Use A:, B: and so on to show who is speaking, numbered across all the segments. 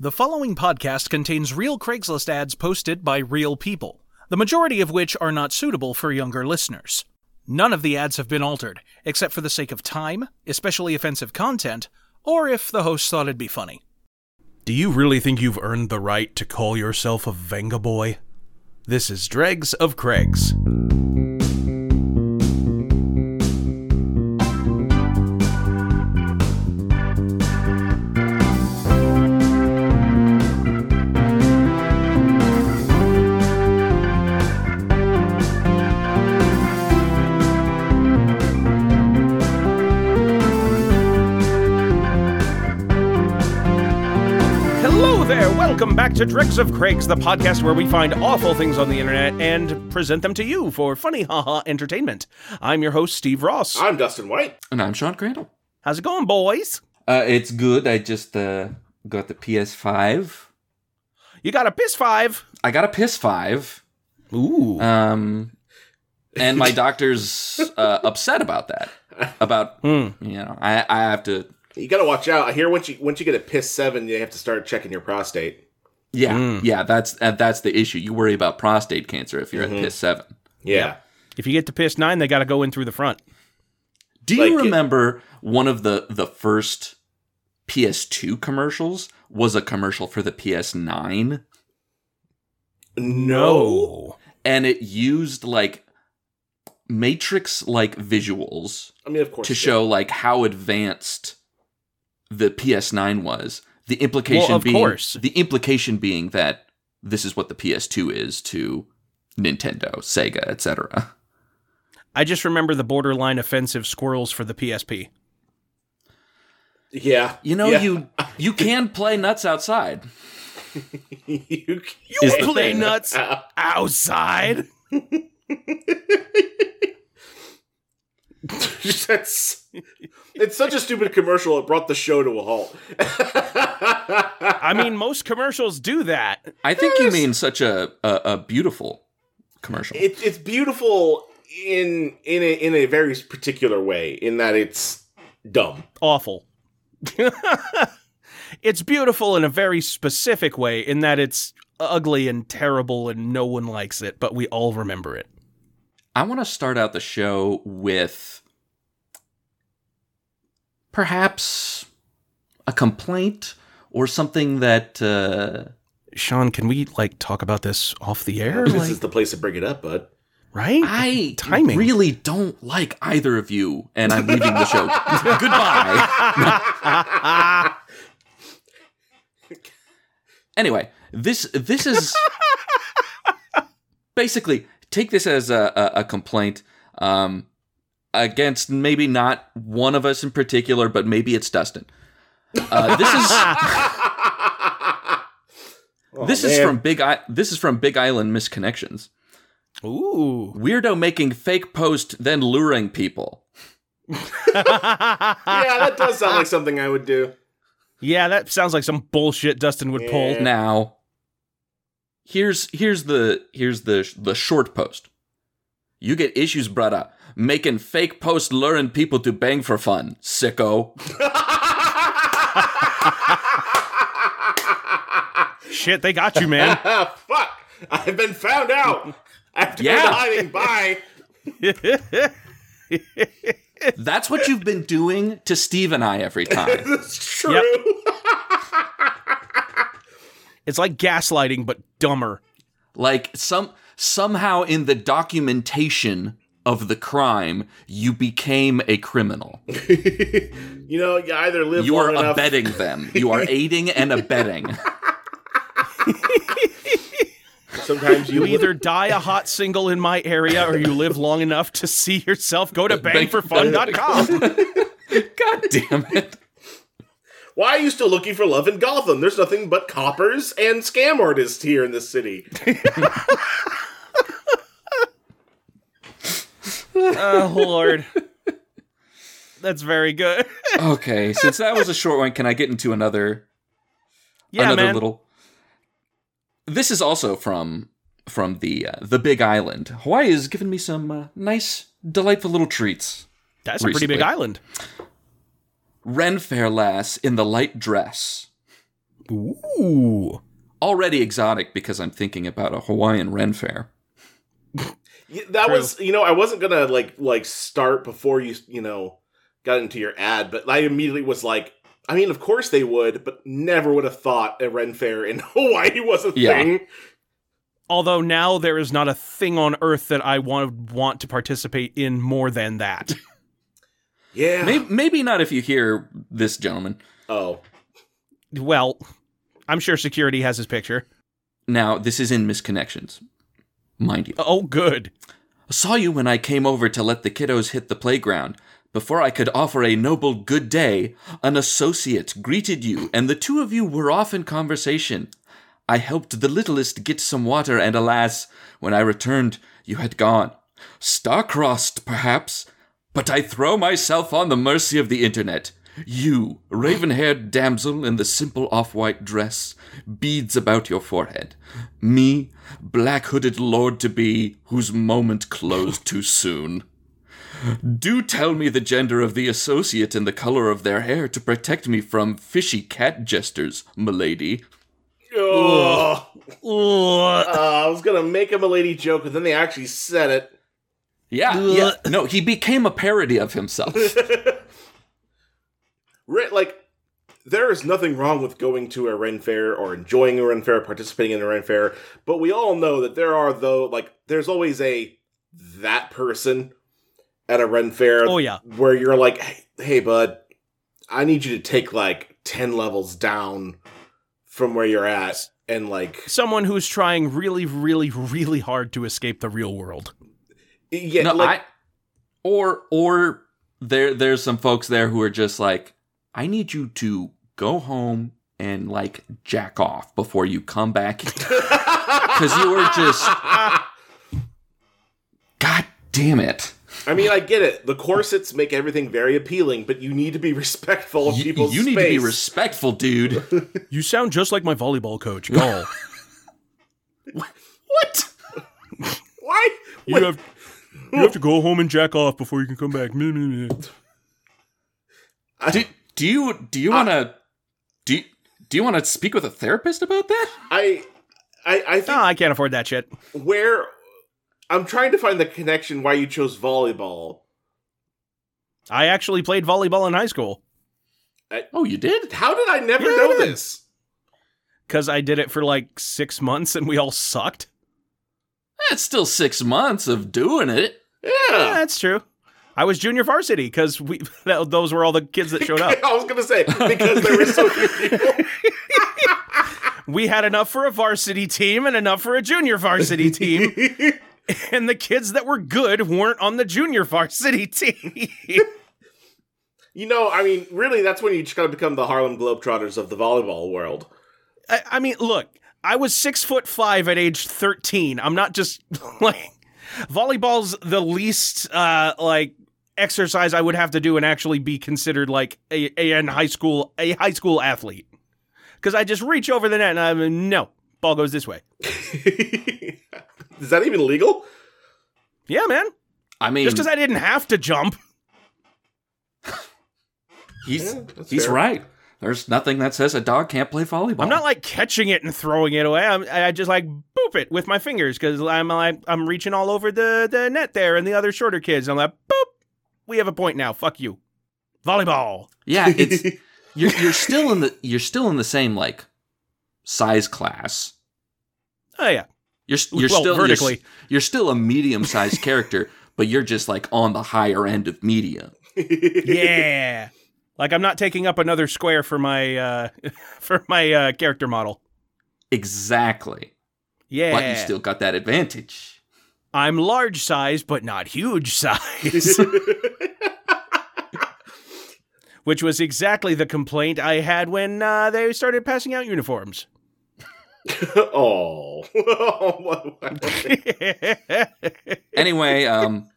A: The following podcast contains real Craigslist ads posted by real people, the majority of which are not suitable for younger listeners. None of the ads have been altered, except for the sake of time, especially offensive content, or if the host thought it'd be funny.
B: Do you really think you've earned the right to call yourself a Venga boy? This is Dregs of Craigs.
C: Hello there. Welcome back to Dregs of Craigs, the podcast where we find awful things on the internet and present them to you for funny haha entertainment. I'm your host, Steve Ross.
D: I'm Dustin White.
E: And I'm Sean Crandall.
C: How's it going, boys?
E: Uh, it's good. I just uh, got the PS5.
C: You got a PS5.
E: I got a PS5.
C: Ooh.
E: Um, and my doctor's uh, upset about that. About,
D: Hmm.
E: you know, I, I have to,
D: You gotta watch out. I hear once you once you get a piss seven, you have to start checking your prostate.
E: yeah,
D: Hmm.
E: yeah, that's uh, that's the issue. You worry about prostate cancer if you're
D: Mm-hmm.
E: at piss 7.
D: Yeah.
C: If you get to PS9, they got to go in through the front.
E: Do
D: Like
E: you
D: it-
E: remember one of the, the first PS2 commercials was a commercial for the PS9?
D: No.
E: And it used like Matrix like visuals.
D: I mean, of course.
E: to
D: it
E: show like how advanced the PS9 was. The implication
C: Well, of
E: being
C: course.
E: the implication being that this is what the PS2 is to Nintendo, Sega, etc.
C: I just remember the borderline offensive squirrels for the PSP.
D: did. Yeah.
E: You know,
D: Yeah.
E: you you can play nuts outside.
D: you.
E: Is the
C: Play
E: thing.
C: nuts outside.
D: That's. It's such a stupid commercial. It brought the show to a halt.
C: I mean, most commercials do that.
E: I think you mean such a a, a beautiful commercial.
D: It, it's beautiful in in a, in a very particular way. In that it's dumb.
C: awful. it's beautiful in a very specific way, in that it's ugly and terrible and no one likes it, but we all remember it.
E: I want to start out the show with perhaps a complaint or something that uh,
C: Sean, can we like talk about this off the air?
D: This
C: Like,
D: is the place to bring it up, bud.
C: right?
E: I
C: Timing.
E: really don't like either of you, and I'm leaving the show. Goodbye. anyway, this this is basically take this as a, a, a complaint um, against maybe not one of us in particular, but maybe it's Dustin. Uh, this is this is
D: Oh, man.
E: from Big I- this is from Big Island Misconnections.
C: Ooh.
E: Weirdo making fake post, then luring people.
D: yeah, that does sound like something I would do.
C: Yeah, that sounds like some bullshit Dustin would pull.
D: Yeah.
E: Now, here's here's the here's the the short post. You get issues brought up, making fake posts, luring people to bang for fun, sicko.
C: Shit, they got you, man.
D: Ah, Fuck! I've been found out. After
E: Yeah.
D: hiding, bye.
E: That's what you've been doing to Steve and I every time.
D: It's true.
C: it's like gaslighting, but dumber.
E: Like some somehow in the documentation of the crime, you became a criminal.
D: You know, you either live
E: You
D: long
E: are
D: enough.
E: abetting them. You are aiding and abetting.
D: Sometimes you
C: You either die a hot single in my area or you live long enough to see yourself go to bangforfun.com.
E: God damn it.
D: Why are you still looking for love in Gotham? There's nothing but coppers and scam artists here in this city.
C: oh, Lord. That's very good.
E: Okay, since that was a short one, can I get into another
C: Yeah,
E: another
C: man.
E: little this is also from from the uh, the big island hawaii has given me some uh, nice delightful little treats
C: That's a
E: recently.
C: pretty big island.
E: ren fair lass in the light dress
B: Ooh.
E: Already exotic because I'm thinking about a Hawaiian Ren Fair.
D: Y- That
C: True.
D: was, you know, I wasn't gonna like like start before you, you know, got into your ad, but I immediately was like, I mean, of course they would, but never would have thought a Ren Fair in Hawaii was a
E: Yeah.
D: thing.
C: Although now there is not a thing on earth that I want want to participate in more than that.
D: Yeah.
E: Maybe, maybe not if you hear this gentleman.
D: Oh,
C: well, I'm sure security has his picture.
E: Now, this is in Misconnections, mind you.
C: Oh, good.
E: Saw you when I came over to let the kiddos hit the playground. Before I could offer a noble good day, an associate greeted you, and the two of you were off in conversation. I helped the littlest get some water, and alas, when I returned, you had gone. Star-crossed, perhaps, but I throw myself on the mercy of the internet. You, raven haired damsel in the simple off white dress, beads about your forehead. Me, black hooded lord to be, whose moment closed too soon. Do tell me the gender of the associate and the color of their hair to protect me from fishy cat jesters, milady.
D: Ugh.
C: Ugh.
D: Uh, I was gonna make a Milady joke, and then they actually said it.
E: Yeah, yeah. No, he became a parody of himself.
D: Re- like there is nothing wrong with going to a Ren Fair or enjoying a Ren Fair, participating in a Ren Fair, but we all know that there are though like there's always a that person at a Ren Fair.
C: Oh, yeah.
D: where you're like, hey, hey bud, I need you to take like ten levels down from where you're at, and like
C: Someone who's trying really, really, really hard to escape the real world.
D: yeah,
E: no,
D: like
E: I, or or there there's some folks there who are just like, I need you to go home and like jack off before you come back because you were just God damn it.
D: I mean, I get it. The corsets make everything very appealing, but you need to be respectful of
E: You,
D: people's
E: you need to be
D: space.
E: respectful, dude.
C: You sound just like my volleyball coach, Gaul.
E: what?
D: Why?
C: you have you have to go home and jack off before you can come back.
E: Do, do you do
C: Ah.
E: you want to do do you want to speak with a therapist about that?
D: I, I, I think
C: Ah, I can't afford that shit.
D: where I'm trying to find the connection why you chose volleyball.
C: I actually played volleyball in high school
E: Oh, you did?
D: How did I never
C: Yeah,
D: know
C: it
D: this?
C: because I did it for like six months and we all sucked.
E: That's still six months of doing it.
C: Yeah,
D: Yeah.
C: that's true. I was junior varsity because we that, those were all the kids that showed up.
D: I was gonna say because there were so few people.
C: We had enough for a varsity team and enough for a junior varsity team, and the kids that were good weren't on the junior varsity team.
D: You know, I mean, really, that's when you just gotta become the Harlem Globetrotters of the volleyball world.
C: I, I mean, look, I was six foot five at age thirteen. I'm not just like volleyball's the least uh, like exercise I would have to do and actually be considered like a, a an high school a high school athlete because I just reach over the net and I'm no ball goes this way.
D: Is that even legal?
C: Yeah, man.
E: I mean,
C: Just because I didn't have to jump.
E: he's
D: Yeah, that's
E: he's
D: fair.
E: right. There's nothing that says a dog can't play volleyball.
C: I'm not like catching it and throwing it away. I'm, I just like boop it with my fingers because I'm like I'm reaching all over the the net there and the other shorter kids. I'm like boop. We have a point now. Fuck you. Volleyball.
E: Yeah, it's you're you're still in the you're still in the same like size class.
C: Oh yeah.
E: You're s- you're
C: Well,
E: still you're s-
C: vertically.
E: You're, still a medium sized character, but you're just like on the higher end of medium.
C: Yeah. like I'm not taking up another square for my uh for my uh character model.
E: Exactly,
C: Yeah.
E: but you still got that advantage.
C: I'm large size but not huge size. Which was exactly the complaint I had when uh, they started passing out uniforms.
D: oh.
E: Anyway, um,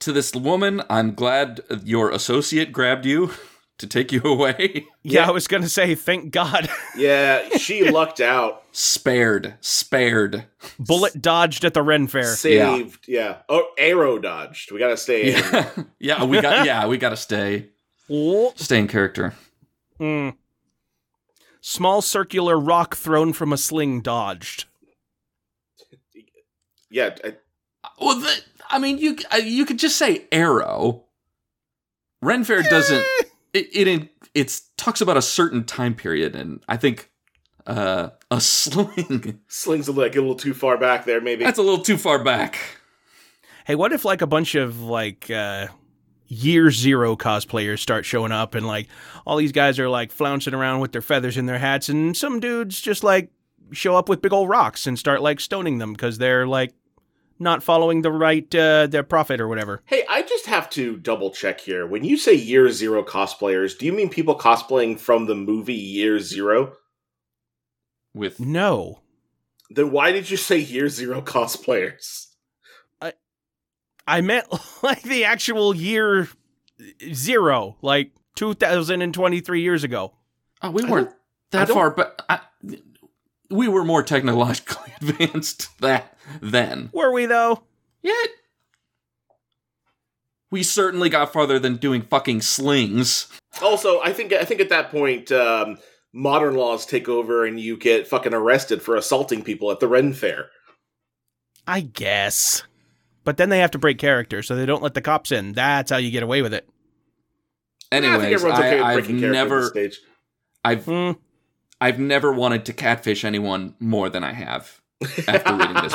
E: to this woman, I'm glad your associate grabbed you to take you away.
C: Yeah, I was gonna say, thank God,
D: yeah, she lucked out.
E: spared, spared.
C: bullet dodged at the Ren Fair.
D: Saved, yeah. Oh, arrow dodged. We gotta stay. in.
E: yeah, we got yeah, we got to stay
C: Oh,
E: stay in character.
C: mm. Small circular rock thrown from a sling dodged.
D: Yeah, I,
E: Well, the, I mean, you uh, you could just say arrow. Renfair doesn't. It it in- it's talks about a certain time period, and I think uh, a sling.
D: slings a leg a little too far back there, maybe.
E: That's a little too far back.
C: Hey, what if like a bunch of like uh year zero cosplayers start showing up and like all these guys are like flouncing around with their feathers in their hats and some dudes just like show up with big old rocks and start like stoning them because they're like not following the right uh their prophet or whatever.
D: hey, I just have to double check here. When you say year zero cosplayers, do you mean people cosplaying from the movie Year Zero?
E: With
C: No.
D: Then why did you say year zero cosplayers?
C: I meant like the actual year zero, like 2023 years ago.
E: oh, we
D: I
E: weren't that
D: don't-
E: far, but I, we were more technologically advanced that then.
C: Were we though?
E: Yet we certainly got farther than doing fucking slings.
D: Also, I think I think at that point, um, modern laws take over and you get fucking arrested for assaulting people at the Ren Fair.
C: I guess. But then they have to break character, so they don't let the cops in. That's how you get away with it.
D: Yeah,
E: Anyways,
D: I think everyone's okay
E: I,
D: with
E: I've
D: breaking character at this
E: never,
D: stage.
E: I've
C: Hmm.
E: I've never wanted to catfish anyone more than I have after reading this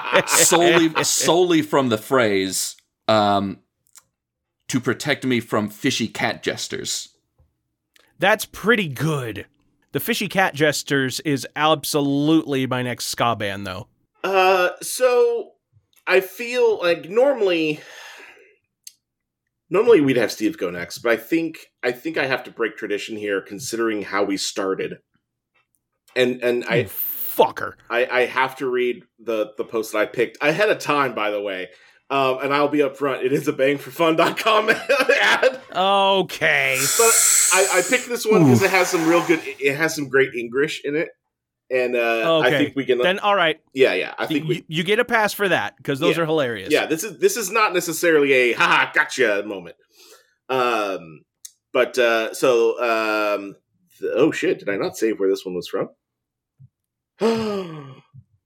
E: post. Solely solely from the phrase um to protect me from fishy cat jesters.
C: That's pretty good. The Fishy Cat Jesters is absolutely my next ska band, though.
D: Uh, so I feel like normally, normally we'd have Steve go next, but I think I think I have to break tradition here, considering how we started. And and
C: You
D: I
C: fucker.
D: I, I have to read the the post that I picked ahead of time, by the way. Um, and I'll be upfront. It is a bangforfun.com ad.
C: Okay.
D: But I, I picked this one because it has some real good. It it has some great English in it, and uh, I
C: Okay.
D: think we can.
C: Then, all right,
D: yeah, yeah. I think we
C: you, you get a pass for that because those
D: Yeah.
C: are hilarious.
D: yeah this is this is not necessarily a "ha ha gotcha moment um but uh so um th- oh shit did i not save where this one was from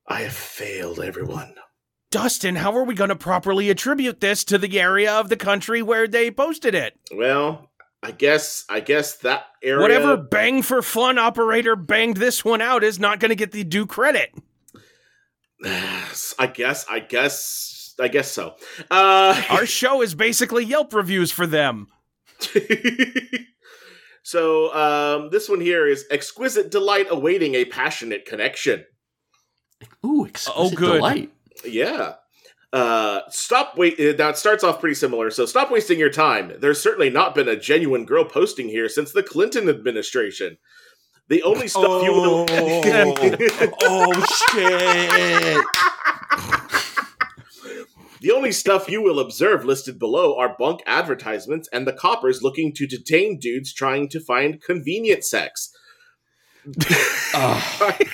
D: i have failed everyone
C: Dustin, how are we going to properly attribute this to the area of the country where they posted it?
D: well i guess i guess that area
C: Whatever bang for fun operator banged this one out is not going to get the due credit.
D: i guess i guess i guess so uh
C: Our show is basically Yelp reviews for them.
D: so um this one here is exquisite delight awaiting a passionate connection
E: Ooh, exquisite
C: Oh, good.
E: delight.
D: Yeah. Uh, stop wait. uh, Now it starts off pretty similar. So stop wasting your time. There's certainly not been a genuine girl posting here since the Clinton administration. The only stuff you
E: Oh.
D: will
B: oh shit!
D: the only stuff you will observe listed below are bunk advertisements and the coppers looking to detain dudes trying to find convenient sex. Ah.
E: Ugh.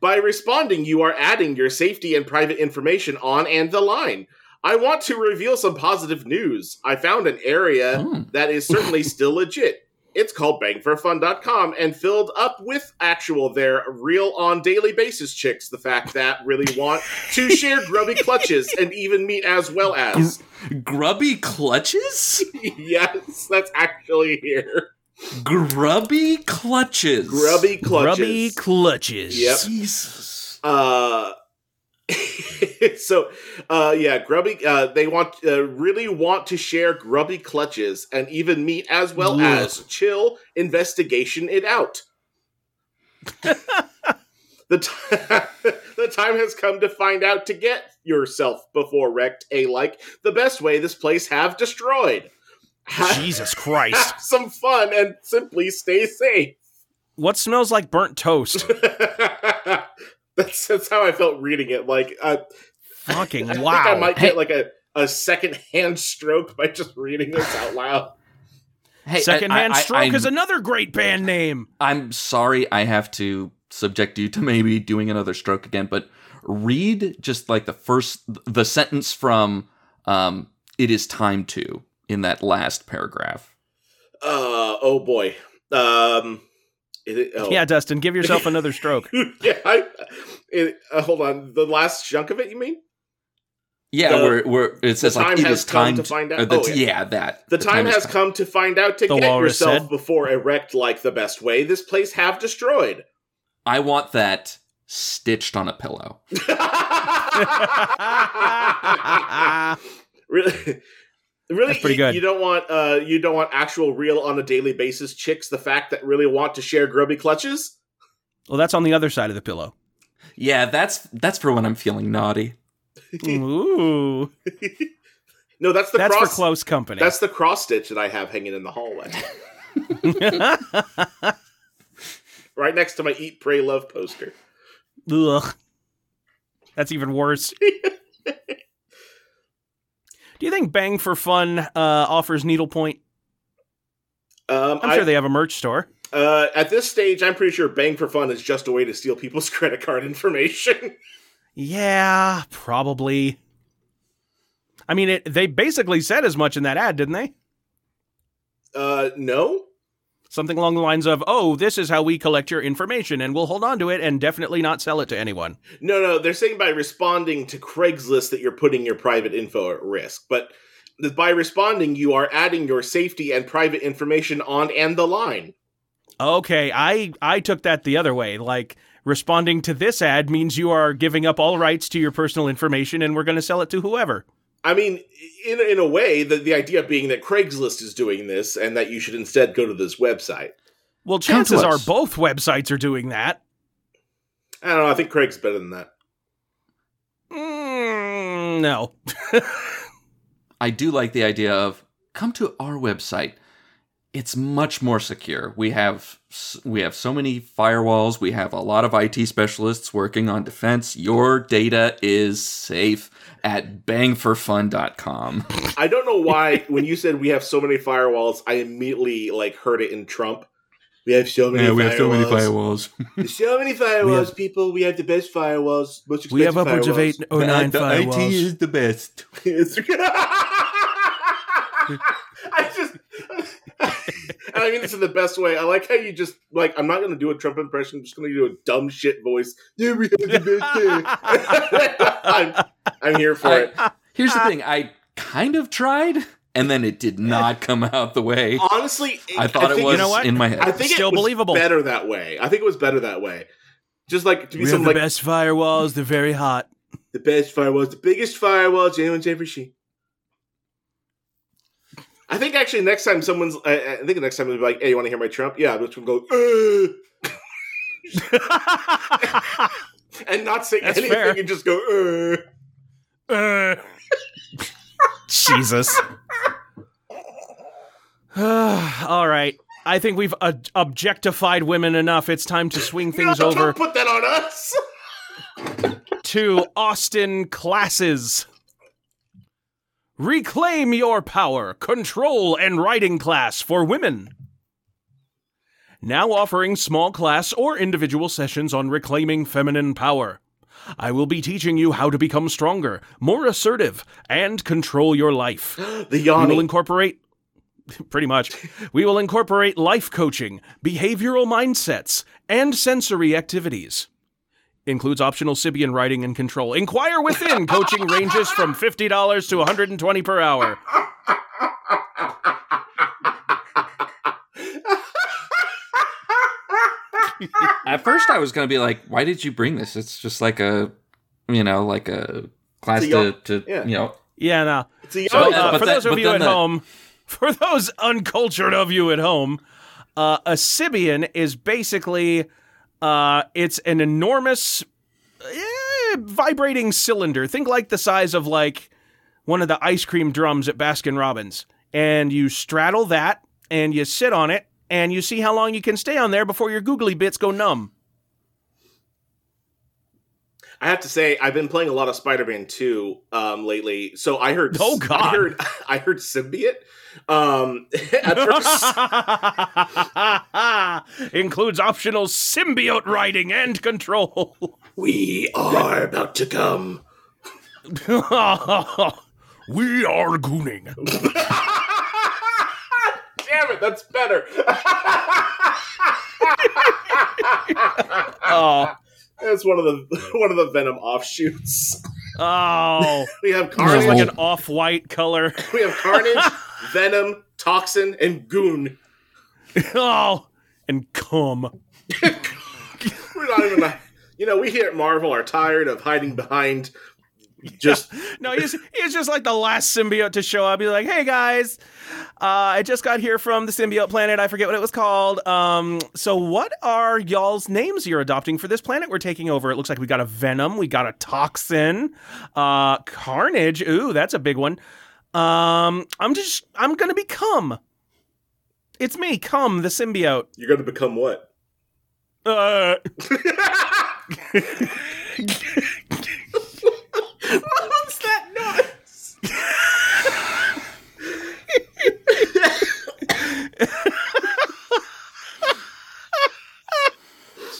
D: By responding, you are adding your safety and private information on and the line. I want to reveal some positive news. I found an area
E: Hmm.
D: that is certainly still legit. It's called bangforfun.com and filled up with actual their real on daily basis chicks, the fact that really want to share grubby clutches and even meet as well as.
E: Grubby clutches?
D: yes, that's actually here.
E: Grubby clutches.
D: Grubby clutches.
C: Grubby clutches.
D: Yep.
E: Jesus.
D: Uh, so uh yeah grubby uh they want uh, really want to share grubby clutches and even meet as well
E: Ugh.
D: as chill investigation it out the, t- the time has come to find out to get yourself before wrecked a like the best way this place have destroyed have
C: Jesus Christ.
D: some fun and simply stay safe
C: What smells like burnt toast?
D: that's, that's how i felt reading it like uh, I
C: Fucking
D: think
C: wow.
D: I might
E: Hey.
D: get like a, a second hand stroke by just reading this out loud.
E: Hey, I-
C: Secondhand
E: I- I-
C: Stroke
E: I'm-
C: is another great band name.
E: I'm sorry I have to subject you to maybe doing another stroke again, but read just like the first the sentence from um it is time to in that last paragraph.
D: Uh, oh boy. Um, is it, oh.
C: Yeah, Dustin, give yourself another stroke.
D: yeah. I, it, uh, hold on. The last chunk of it, you mean?
E: Yeah,
D: The-
E: we're, we're, it says
D: time
E: like it
D: has
E: is
D: come
E: time
D: to find out-
E: or the
D: oh,
E: t-
D: yeah.
E: yeah. that
D: The, time,
E: is
D: has come to find out to
C: The
D: get
C: walrus
D: yourself
C: said.
D: before erect like the best way. This place have destroyed.
E: I want that stitched on a pillow.
D: really, really,
C: That's pretty
D: you-
C: good.
D: You don't want uh, you don't want actual real on a daily basis chicks. The fact that really want to share grubby clutches.
C: well, that's on the other side of the pillow.
E: Yeah, that's that's for when I'm feeling naughty.
C: Ooh,
D: No, that's the
C: that's
D: cross.
C: for close company.
D: that's the cross stitch that I have hanging in the hallway, right next to my "Eat, Pray, Love" poster.
C: Ugh. That's even worse. Do you think Bang for Fun uh, offers needlepoint?
D: Um,
C: I'm sure they have a merch store.
D: I, uh, at this stage, I'm pretty sure "Bang for Fun" is just a way to steal people's credit card information.
C: Yeah, probably. I mean, it, they basically said as much in that ad, didn't they?
D: uh, no,
C: Something along the lines of, "Oh, this is how we collect your information, and we'll hold on to it and definitely not sell it to anyone."
D: No, no, they're saying by responding to Craigslist that you're putting your private info at risk. But th- by responding, you are adding your safety and private information on and the line.
C: Okay, I I took that the other way. Like responding to this ad means you are giving up all rights to your personal information, and we're going to sell it to whoever.
D: I mean, in in a way, the the idea being that Craigslist is doing this and that you should instead go to this website.
C: Well,
E: Come to
C: chances are
E: us.
C: both websites are doing that.
D: I don't know. I think Craig's better than that.
C: Mm, no.
E: I do like the idea of come to our website. It's much more secure. We have s- we have so many firewalls. We have a lot of IT specialists working on defense. Your data is safe at bangforfun.com.
D: I don't know why when you said we have so many firewalls, I immediately like heard it in Trump. We have so many. firewalls.
E: firewalls.
D: There's so many firewalls, people. We have the best firewalls. Most expensive firewalls.
C: or
E: the best.
D: It's- I just, and I mean this in the best way. I like how you just like. I'm not going to do a Trump impression. I'm just going to do a dumb shit voice. Yeah, we have the best day. I'm, I'm here for it.
E: I- here's the thing. I kind of tried, and then it did not come out the way
D: Honestly,
E: I thought it
D: think-
E: was
C: know what?
E: in my head.
D: I think
C: Still
D: it was
C: believable.
D: better that way. I think it was better that way. Just like to be something like
C: best firewalls. They're very hot.
D: the best firewalls, the biggest firewalls, anyone's ever seen. I think actually next time someone's, I, I think the next time they'll be like, "Hey, you want to hear my Trump?" Yeah, I'm just gonna go "Uh," and not say
C: That's
D: anything
C: fair.
D: and just go. "Uh."
C: Jesus. All right. I think we've uh, objectified women enough. It's time to swing things
D: Don't
C: over
D: put that on us.
C: to Austin classes. Reclaim your power, control, and writing class for women. Now offering small class or individual sessions on reclaiming feminine power. I will be teaching you how to become stronger, more assertive, and control your life.
D: The
C: We will
D: yawning.
C: incorporate pretty much. We will incorporate life coaching, behavioral mindsets, and sensory activities. Includes optional Sibian writing and control. Inquire within coaching ranges from $50 to $120 per hour.
E: At first, I was gonna be like, "Why did you bring this? It's just like a, you know, like a class
D: It's a yawn.
E: to, to
D: Yeah.
E: you know."
C: Yeah, no.
D: The
E: So,
D: yawning.
E: Oh, yeah,
C: Uh,
E: but
C: for
E: that-
C: those of
E: but
C: you
E: then
C: at
E: the-
C: home, for those uncultured of you at home, uh, a Sibian is basically uh, it's an enormous eh, vibrating cylinder. Think like the size of like one of the ice cream drums at Baskin Robbins, and you straddle that and you sit on it and you see how long you can stay on there before your googly bits go numb.
D: I have to say, I've been playing a lot of Spider-Man 2 um, lately, so I heard.
C: Oh, God.
D: I heard, I heard symbiote. Um, at first,
C: Includes optional symbiote riding and control.
D: we are about to come.
C: we are gooning.
D: damn it, that's better.
C: Oh,
D: That's one of the one of the Venom offshoots.
C: oh,
D: We have
C: it's like
D: Carnage.
C: an off-white color.
D: We have Carnage, Venom, Toxin, and Goon.
C: Oh, and cum.
D: We're not even. You know, we here at Marvel are tired of hiding behind just
C: No, he's he's just like the last symbiote to show up. He's like, "Hey guys, uh, I just got here from the symbiote planet. I forget what it was called. Um, so what are y'all's names you're adopting for this planet we're taking over? It looks like we got a Venom, we got a Toxin, uh, Carnage. Ooh, that's a big one. Um, I'm just I'm gonna be cum. It's me, cum, the symbiote.
D: you're going to become what?
C: Uh,
D: What's that noise?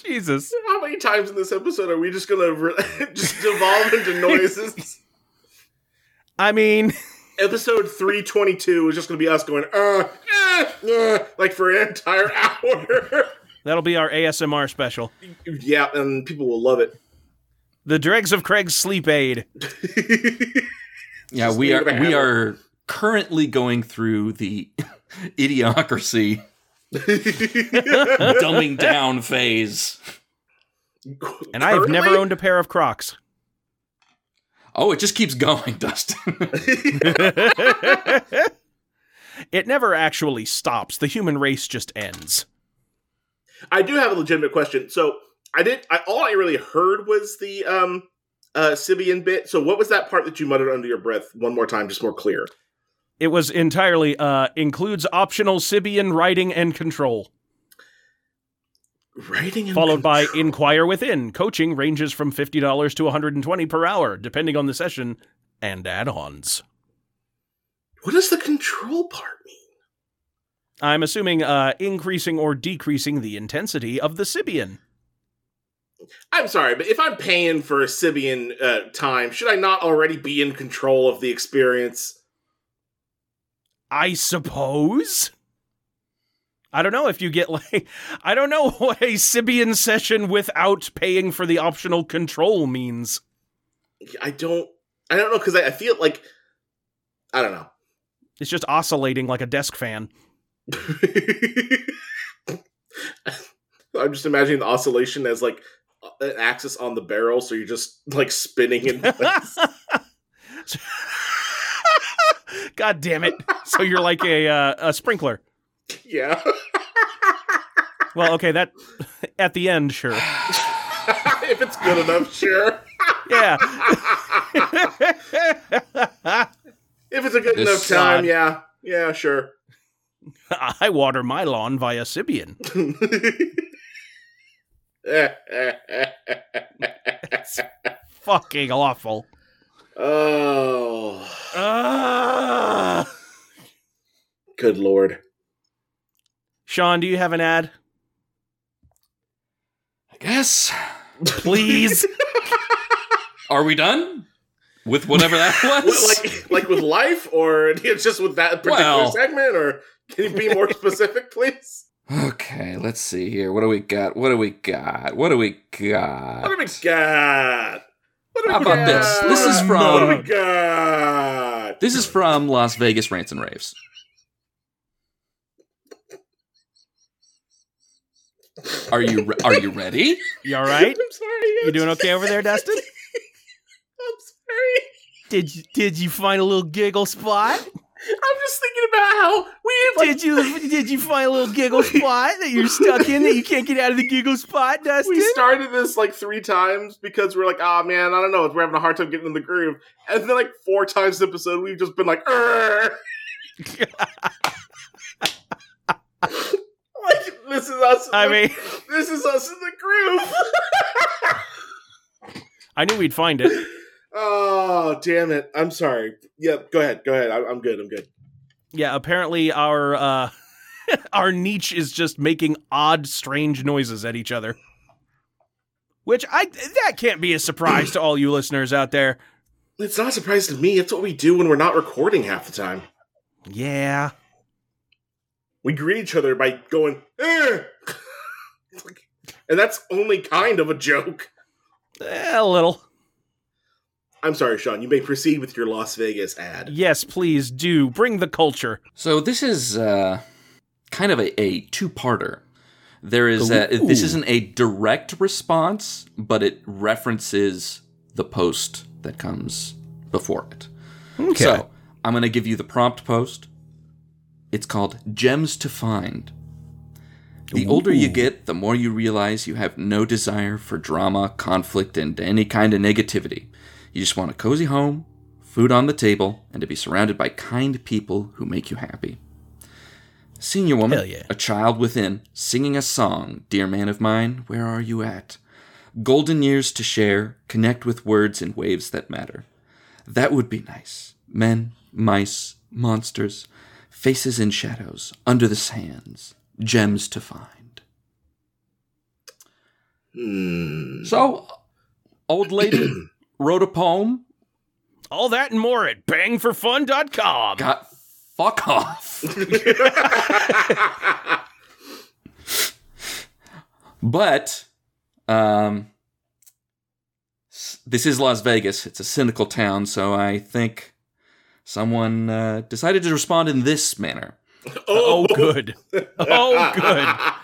C: Jesus.
D: How many times in this episode are we just going to re- just devolve into noises?
C: I mean,
D: Episode 322 is just going to be us going, uh, uh, uh, like for an entire hour.
C: that'll be our ASMR special.
D: yeah, and people will love it.
C: The dregs of Craig's sleep aid.
E: Yeah, we
D: leave
E: are
D: it at
E: we
D: that.
E: are currently going through the idiocracy dumbing down phase.
C: And I have never
D: Currently?
C: owned a pair of Crocs.
E: Oh, it just keeps going, Dustin.
C: It never actually stops. The human race just ends.
D: I do have a legitimate question. So I did. I, all I really heard was the um uh Sibian bit. So what was that part that you muttered under your breath one more time, just more clear?
C: It was entirely uh includes optional Sibian writing and control,
D: Writing and
C: followed by inquire within. Coaching ranges from fifty dollars to one hundred and twenty per hour, depending on the session and add-ons.
D: what does the control part mean?
C: I'm assuming uh increasing or decreasing the intensity of the Sibian.
D: I'm sorry, but if I'm paying for a Sibian uh, time, should I not already be in control of the experience?
C: I suppose. I don't know if you get like I don't know what a Sibian session without paying for the optional control means.
D: I don't. I don't know because I, I feel like I don't know.
C: It's just oscillating like a desk fan.
D: I'm just imagining the oscillation as like an axis on the barrel, so you're just like spinning in place.
C: God damn it. So you're like a uh, a sprinkler.
D: yeah.
C: Well, okay, that at the end, sure.
D: if it's good enough, sure.
C: Yeah.
D: If it's a good
E: This
D: enough time,
E: side.
D: yeah. Yeah, sure.
C: I water my lawn via Sibian.
D: Eh, eh.
C: Fucking awful.
D: oh.
C: Ugh.
D: Good lord.
C: Sean, do you have an ad?
E: I guess.
C: Please.
E: Are we done with whatever that was?
D: What, like like with life or just with that particular
E: Well.
D: segment or can you be more specific, please?
E: okay, let's see here. What do we got? What do we got? What do we
D: What
E: got?
D: do we got? What do
E: How
D: we
E: about this? This is
D: got?
E: from-
D: What do we got?
E: This is from Las Vegas Rants and Raves. Are you re- are you ready?
C: You all right?
D: I'm sorry.
C: You doing okay over there, Dustin?
D: I'm sorry.
C: Did you, did you find a little giggle spot?
D: I'm just thinking about how we like
C: Did you did you find a little giggle spot that you're stuck in that you can't get out of the giggle spot, Dustin?
D: we started this like three times because we're like, ah man, I don't know, we're having a hard time getting in the groove. And then like four times this episode, we've just been like, "Err." like this is us.
C: I mean,
D: this is us in the groove.
C: I knew we'd find it.
D: oh damn it! I'm sorry. Yep, go ahead, go ahead. I'm, I'm good. I'm good.
C: Yeah, apparently our uh our niche is just making odd strange noises at each other. Which I that can't be a surprise to all you listeners out there.
D: It's not a surprise to me. It's what we do when we're not recording half the time.
C: Yeah.
D: we greet each other by going, eh! and that's only kind of a joke.
C: Eh, a little.
D: I'm sorry, Sean. You may proceed with your Las Vegas ad.
C: Yes, please do. Bring the culture.
E: So this is uh, kind of a, a two-parter. There is a, this isn't a direct response, but it references the post that comes before it.
B: Okay.
E: So I'm going to give you the prompt post. It's called Gems to Find. The older you get, the more you realize you have no desire for drama, conflict, and any kind of negativity. You just want a cozy home, food on the table, and to be surrounded by kind people who make you happy. Senior woman,
B: Hell yeah.
E: a child within, singing a song, Dear man of mine, where are you at? Golden years to share, connect with words in waves that matter. That would be nice. Men, mice, monsters, faces in shadows, under the sands, gems to find.
D: Hmm.
E: So, old lady wrote a poem,
C: All that and more at bangforfun.com.
E: got fuck off. but, um, s- this is Las Vegas. It's a cynical town, so I think someone uh, decided to respond in this manner.
C: Oh, good. Oh, good.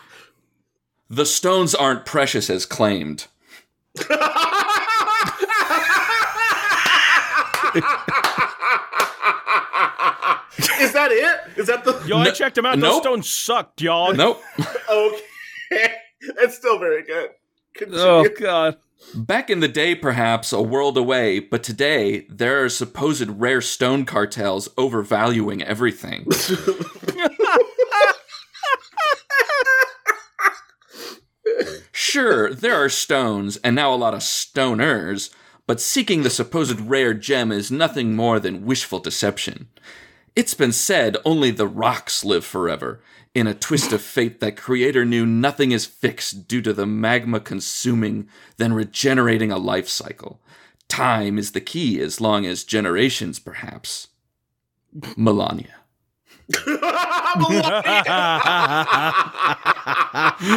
E: The stones aren't precious as claimed.
D: Is that it? Is that the
C: Yo, I checked them out. Those
E: nope.
C: stones sucked, y'all.
E: Nope.
D: okay? That's still very good. Continue.
C: Oh, God.
E: Back in the day, perhaps a world away, but today there are supposed rare stone cartels overvaluing everything. sure, there are stones, and now a lot of stoners, but seeking the supposed rare gem is nothing more than wishful deception. It's been said only the rocks live forever. In a twist of fate that creator knew nothing is fixed due to the magma consuming, then regenerating a life cycle. Time is the key as long as generations, perhaps. Melania.
C: Oh,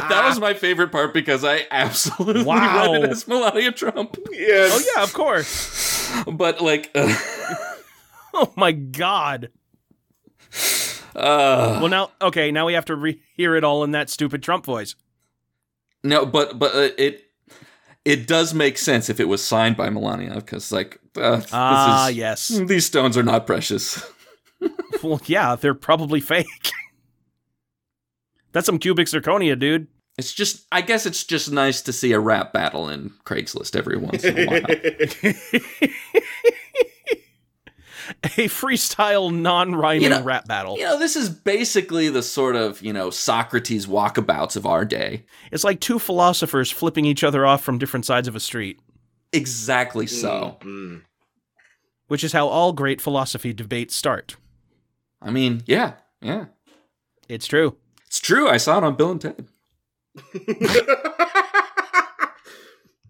E: That was my favorite part because I absolutely
C: Wow.
E: read it as Melania Trump.
D: Yes.
C: Oh, yeah, of course.
E: But like, uh,
C: Oh, my God.
E: uh,
C: Well, now, okay, now we have to re- hear it all in that stupid Trump voice.
E: no, but but uh, it it does make sense if it was signed by Melania because like uh,
C: Ah,
E: this is
C: yes.
E: These stones are not precious.
C: well, yeah, they're probably fake. That's some cubic zirconia, dude.
E: It's just, I guess it's just nice to see a rap battle in Craigslist every once in a while.
C: A freestyle, non rhyming
E: You know-
C: rap battle.
E: you know, this is basically the sort of, you know, Socrates walkabouts of our day.
C: It's like two philosophers flipping each other off from different sides of a street,
E: Exactly so.
D: Mm.
C: which is how all great philosophy debates start.
E: I mean, yeah, yeah.
C: It's true.
E: It's true. I saw it on Bill and Ted.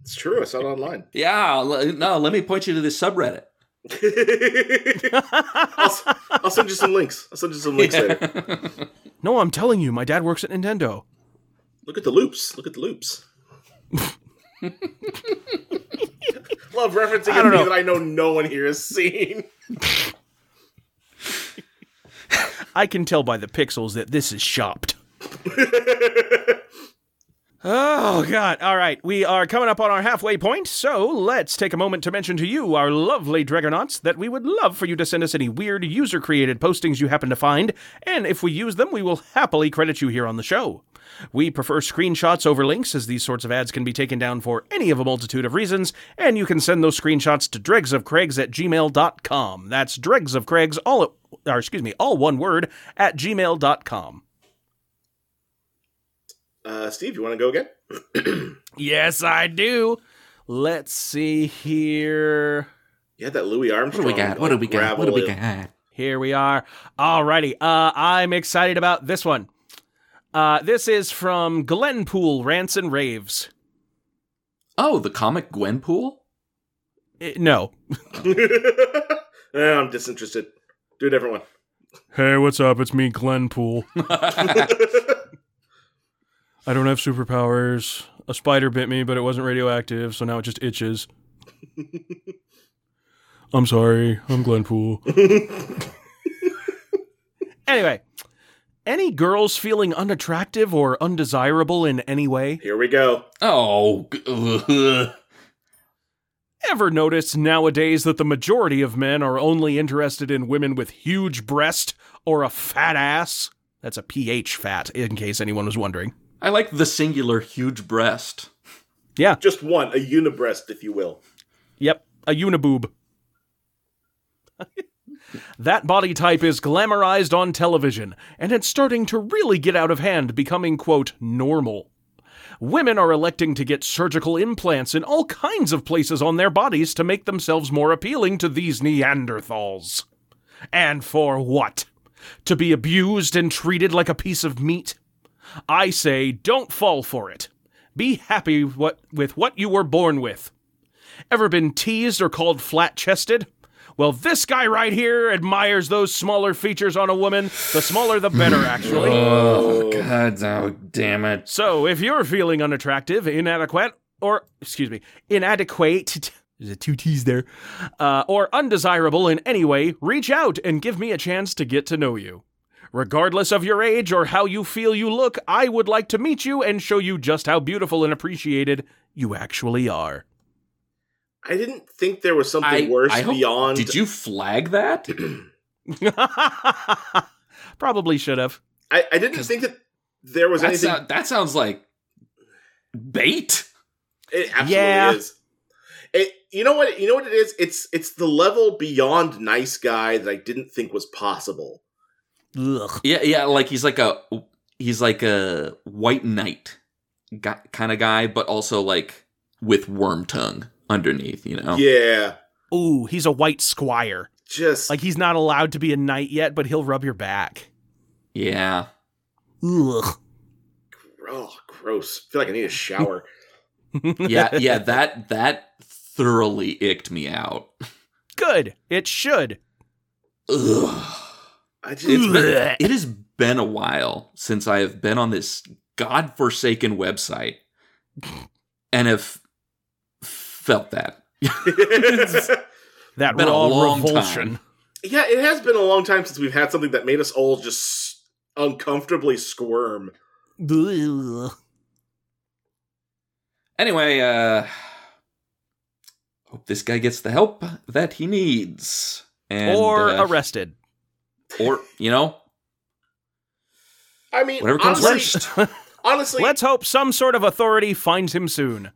D: it's true. I saw it online.
E: Yeah, l- no, let me point you to this subreddit.
D: I'll, s- I'll send you some links. I'll send you some links later.
C: No, I'm telling you, my dad works at Nintendo.
D: Look at the loops. Look at the loops. Love referencing a
C: know.
D: thing that I know no one here has seen.
C: I can tell by the pixels that this is shopped. oh, God. All right. We are coming up on our halfway point, so let's take a moment to mention to you, our lovely Dragonauts, that we would love for you to send us any weird user created postings you happen to find, and if we use them, we will happily credit you here on the show. We prefer screenshots over links, as these sorts of ads can be taken down for any of a multitude of reasons, and you can send those screenshots to dregsofcraigs at gmail.com. That's dregsofcraigs, all, or excuse me, all one word, at gmail.com.
D: Uh, Steve, you want to go again?
C: Yes, I do. Let's see here.
D: Yeah, that Louis
E: What
D: Armstrong.
E: do we got? What do we got? What do we got?
C: Here we are. Alrighty. Uh, I'm excited about this one. Uh, this is from Glenpool Rants and Raves.
E: Oh, the comic Gwenpool?
C: Eh, no.
D: gravel oil. Eh, I'm disinterested. Do a different one.
B: Hey, what's up? It's me, Glenn Poole. I don't have superpowers. A spider bit me, but it wasn't radioactive, so now it just itches. I'm sorry. I'm Glenn Poole.
C: Anyway, any girls feeling unattractive or undesirable in any way?
D: Here we go.
E: oh, g- ugh.
C: Ever notice nowadays that the majority of men are only interested in women with huge breast or a fat ass? That's a pH fat, in case anyone was wondering.
E: I like the singular huge breast.
D: Just one, a unibreast, if you will.
C: Yep, a uniboob. that body type is glamorized on television, and it's starting to really get out of hand, becoming, quote, normal. Women are electing to get surgical implants in all kinds of places on their bodies to make themselves more appealing to these Neanderthals. And for what? To be abused and treated like a piece of meat? I say, don't fall for it. Be happy what, with what you were born with. Ever been teased or called flat chested? Well, this guy right here admires those smaller features on a woman. The smaller, the better, actually.
E: Oh, God, oh, damn it.
C: So, if you're feeling unattractive, inadequate, or, excuse me, inadequate, there's a two T's there, uh, or undesirable in any way, reach out and give me a chance to get to know you. Regardless of your age or how you feel you look, I would like to meet you and show you just how beautiful and appreciated you actually are.
D: I didn't think there was something worse
E: hope-
D: beyond.
E: Did you flag that?
C: Probably should have.
D: I, I didn't think that there was
E: that,
D: anything.
E: sound- that sounds like bait.
D: It absolutely
C: Yeah.
D: is. It, you know what? You know what it is. It's it's the level beyond nice guy that I didn't think was possible.
C: Ugh.
E: Yeah, yeah, like he's like a he's like a white knight guy, kind of guy, but also like with worm tongue underneath, you know.
D: Yeah,
C: Ooh, he's a white squire.
D: just
C: Like he's not allowed to be a knight yet, but he'll rub your back.
E: Yeah.
C: Ugh.
D: oh, gross. I feel like I need a shower.
E: Yeah, yeah, that that thoroughly icked me out.
C: Good. It should.
E: Ugh.
D: I just
E: It's been, it has been a while since I have been on this godforsaken website and have felt that.
C: That
E: Been a
C: raw
E: long
C: revulsion.
E: time.
D: yeah, it has been a long time since we've had something that made us all just uncomfortably squirm.
C: Ugh.
E: Anyway, uh hope this guy gets the help that he needs. And,
C: or
E: uh,
C: arrested.
E: or you know,
D: I mean,
E: whatever comes
D: honestly,
E: first.
D: honestly,
C: Let's hope some sort of authority finds him soon.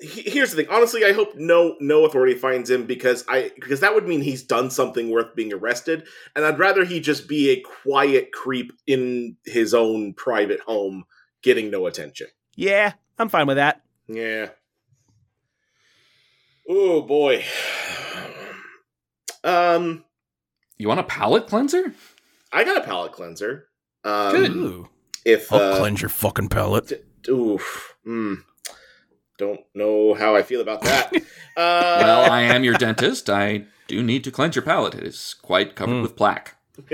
D: he- here's the thing. Honestly, I hope no no authority finds him because I because that would mean he's done something worth being arrested, and I'd rather he just be a quiet creep in his own private home, getting no attention.
C: Yeah, I'm fine with that.
D: Yeah. Oh boy. Um,
E: You want a palate cleanser?
D: I got a palate cleanser. Um,
C: Ooh.
D: If
B: I'll
D: uh,
B: cleanse your fucking palate.
D: oof, mm, don't know how I feel about that. uh,
E: well, I am your dentist. I do need to cleanse your palate. It is quite covered
C: Hmm.
E: with plaque.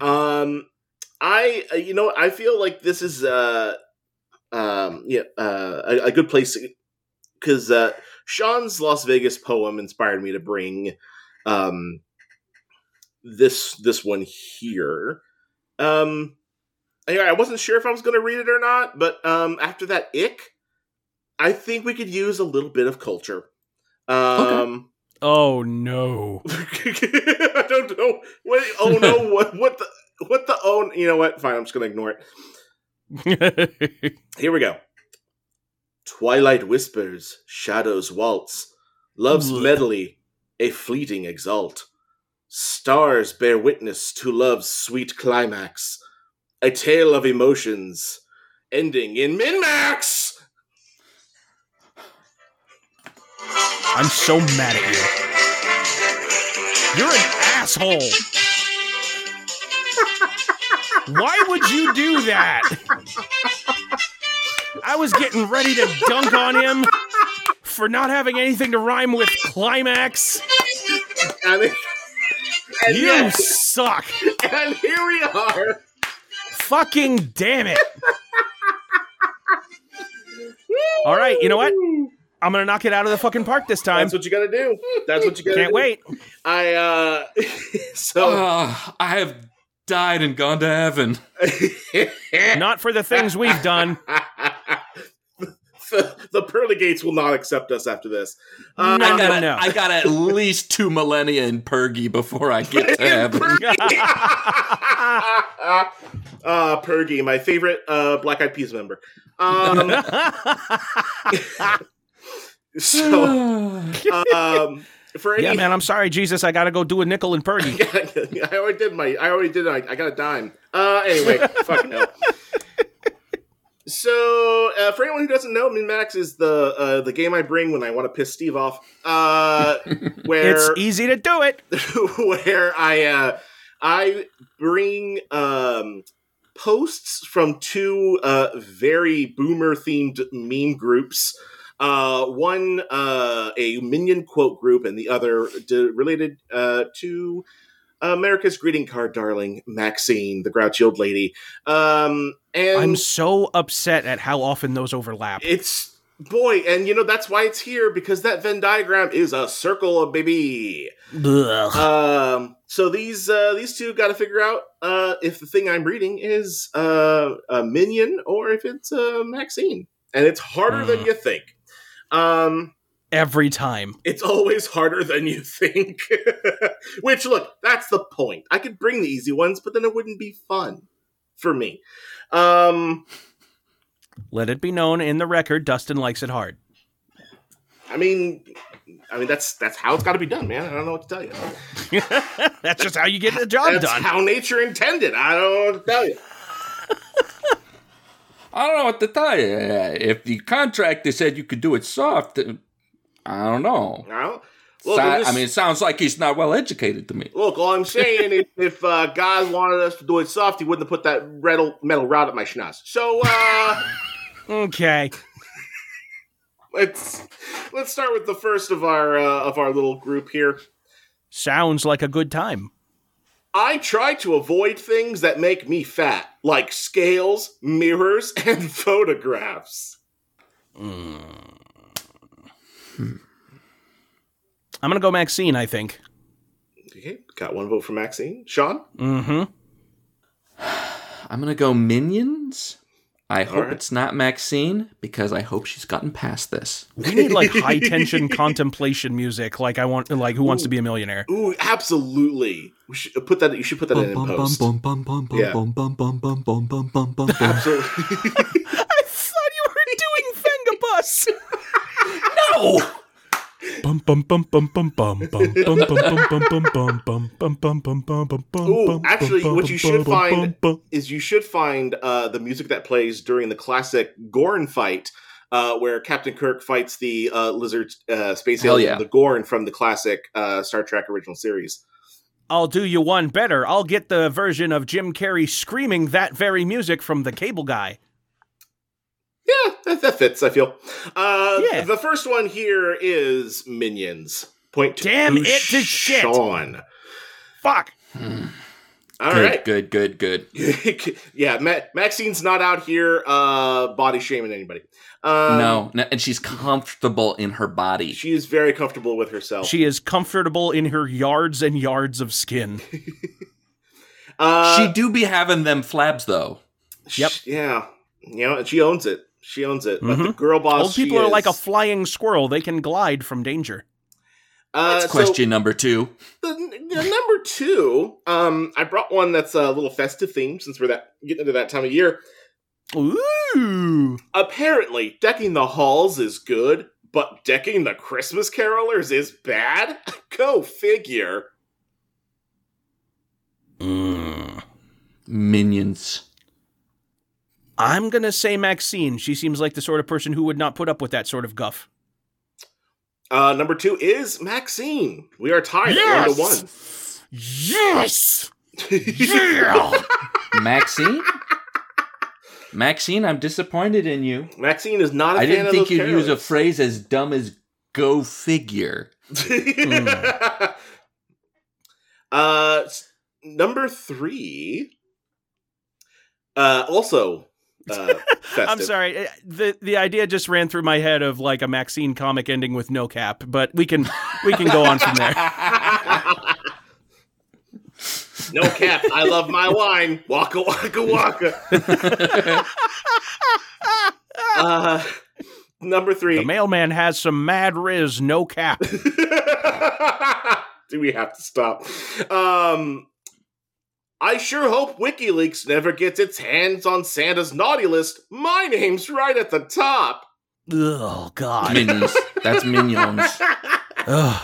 D: um i uh, you know i feel like this is uh um yeah uh a, a good place because uh sean's las vegas poem inspired me to bring um this this one here um anyway i wasn't sure if i was gonna read it or not but um after that ick i think we could use a little bit of culture um
C: Oh no.
D: I don't know what. Oh no! What? What the? What the? Oh, you know what? Fine, I'm just gonna ignore it. Here we go. Twilight whispers, shadows waltz, love's
C: Blech.
D: medley, a fleeting exalt. Stars bear witness to love's sweet climax, a tale of emotions, ending in min max.
C: I'm so mad at you. You're an asshole. Why would you do that? I was getting ready to dunk on him for not having anything to rhyme with climax.
D: And it, And
C: You
D: yet-
C: suck.
D: and here we are.
C: Fucking damn it. All right, you know what? I'm gonna knock it out of the fucking park this time.
D: That's what you gotta do. That's what you gotta
C: Can't
D: do.
C: wait.
D: I uh so
E: Ah, I have died and gone to heaven.
C: Not for the things we've done. Uh-huh.
D: the, the pearly gates will not accept us after this. Uh,
C: No,
E: I
C: no,
E: got,
C: no.
E: I got at least two millennia in Pergy before I get to heaven.
D: uh Pergy, my favorite uh Black Eyed Peas member. Um so um for any
C: yeah, man. I'm sorry, Jesus. I gotta go do a nickel and Purdy.
D: I already did my. I already did. I, I got a dime. Uh, anyway, fucking hell. So, uh, for anyone who doesn't know, Min Max is the uh, the game I bring when I want to piss Steve off. Uh, where
C: It's easy to do it.
D: where I uh, I bring um, posts from two uh, very boomer themed meme groups. Uh, one uh, a minion quote group, and the other d- related uh, to America's greeting card, darling Maxine, the grouchy old lady. Um, and
C: I'm so upset at how often those overlap.
D: it's boy, and you know that's why it's here because that Venn diagram is a circle, baby.
C: Ugh.
D: Um, so these uh, these two got to figure out uh, if the thing I'm reading is uh, a minion or if it's a Maxine, and it's harder than you think. Um,
C: Every time.
D: it's always harder than you think. Which, look, that's the point. I could bring the easy ones, but then it wouldn't be fun for me. Um,
C: Let it be known in the record, Dustin likes it hard.
D: I mean, I mean that's that's how it's got to be done, man. I don't know what to tell you.
C: That's just how you get the job
D: That's
C: done.
D: how nature intended. I don't know what to tell you.
E: I don't know what to tell you. If the contractor said you could do it soft, uh, I don't know.
D: I don't-
E: So-
D: Look, I'm just-
E: I mean, it sounds like he's not well educated to me.
D: Look, all I'm saying is, if uh, God wanted us to do it soft, He wouldn't have put that metal metal rod at my schnoz. So uh,
C: okay.
D: let's let's start with the first of our uh, of our little group here.
C: Sounds like a good time.
D: I try to avoid things that make me fat, like scales, mirrors, and photographs.
C: I'm gonna go Maxine, I think.
D: Okay, got one vote for Maxine. Sean,
C: Mm-hmm.
E: I'm gonna go minions. I hope
D: right.
E: it's not Maxine because I hope she's gotten past this.
C: We need like high tension contemplation music, like I want like Who Wants to Be a Millionaire.
D: ooh, absolutely. We should put that. You should put that in, in post. Yeah.
F: Absolutely.
D: Absolutely.
C: I thought you were doing Vengabus.
B: Bum bum bum bum bum bum bum bum bum bum bum bum bum bum bum bum bum bum bum.
D: Ooh,
B: bum,
D: actually,
B: bum,
D: what
B: bum,
D: you should
B: bum, bum,
D: find
B: bum.
D: is you should find uh, the music that plays during the classic Gorn fight, uh, where Captain Kirk fights the uh, lizard uh, space
E: Hell
D: alien,
E: yeah.
D: the Gorn from the classic uh, Star Trek original series.
C: I'll do you one better. I'll get the version of Jim Carrey screaming that very music from the cable guy.
D: Yeah, that, that fits. I feel. Uh,
C: Yeah.
D: The first one here is Minions. Point two.
C: Damn it to shit.
D: Sean.
C: Fuck.
D: All
E: good,
D: right.
E: good, good, good.
D: yeah, Ma- Maxine's not out here uh, body shaming anybody. Um,
E: no, no, and she's comfortable in her body.
D: she is very comfortable with herself.
C: She is comfortable in her yards and yards of skin.
D: uh,
E: she do be having them flabs though.
C: Yep.
D: Sh- yeah. You know, and she owns it. She owns it. But the girl boss.
C: Old people
D: she
C: are
D: is.
C: like a flying squirrel. They can glide from danger.
D: uh,
E: That's
D: so
E: question number two.
D: the, the number two. Um, I brought one that's a little festive theme since we're that getting into that time of year.
C: Ooh.
D: Apparently, decking the halls is good, but decking the Christmas carolers is bad. Go figure.
C: Mm.
E: Minions.
C: I'm going to say Maxine. She seems like the sort of person who would not put up with that sort of guff.
D: Uh, number two is Maxine. We are tied at one to one.
C: Yes.
E: Maxine? Maxine, I'm disappointed in you.
D: Maxine is not a
E: I
D: fan
E: didn't
D: of
E: think
D: those
E: you'd use a
D: carolers.
E: phrase as dumb as go figure.
D: uh, Mm. Uh, s- number three. Uh, also, uh,
C: I'm
D: festive.
C: sorry. uh, the The idea just ran through my head of like a Maxine comic ending with no cap, but we can we can go on from there.
D: no cap. I love my wine. Waka waka waka. uh, number
C: The
D: three.
C: mailman has some mad riz, no cap.
D: Do we have to stop? Um, I sure hope WikiLeaks never gets its hands on Santa's naughty list. My name's right at the top.
C: Oh God.
E: Minions. That's minions.
B: Ugh.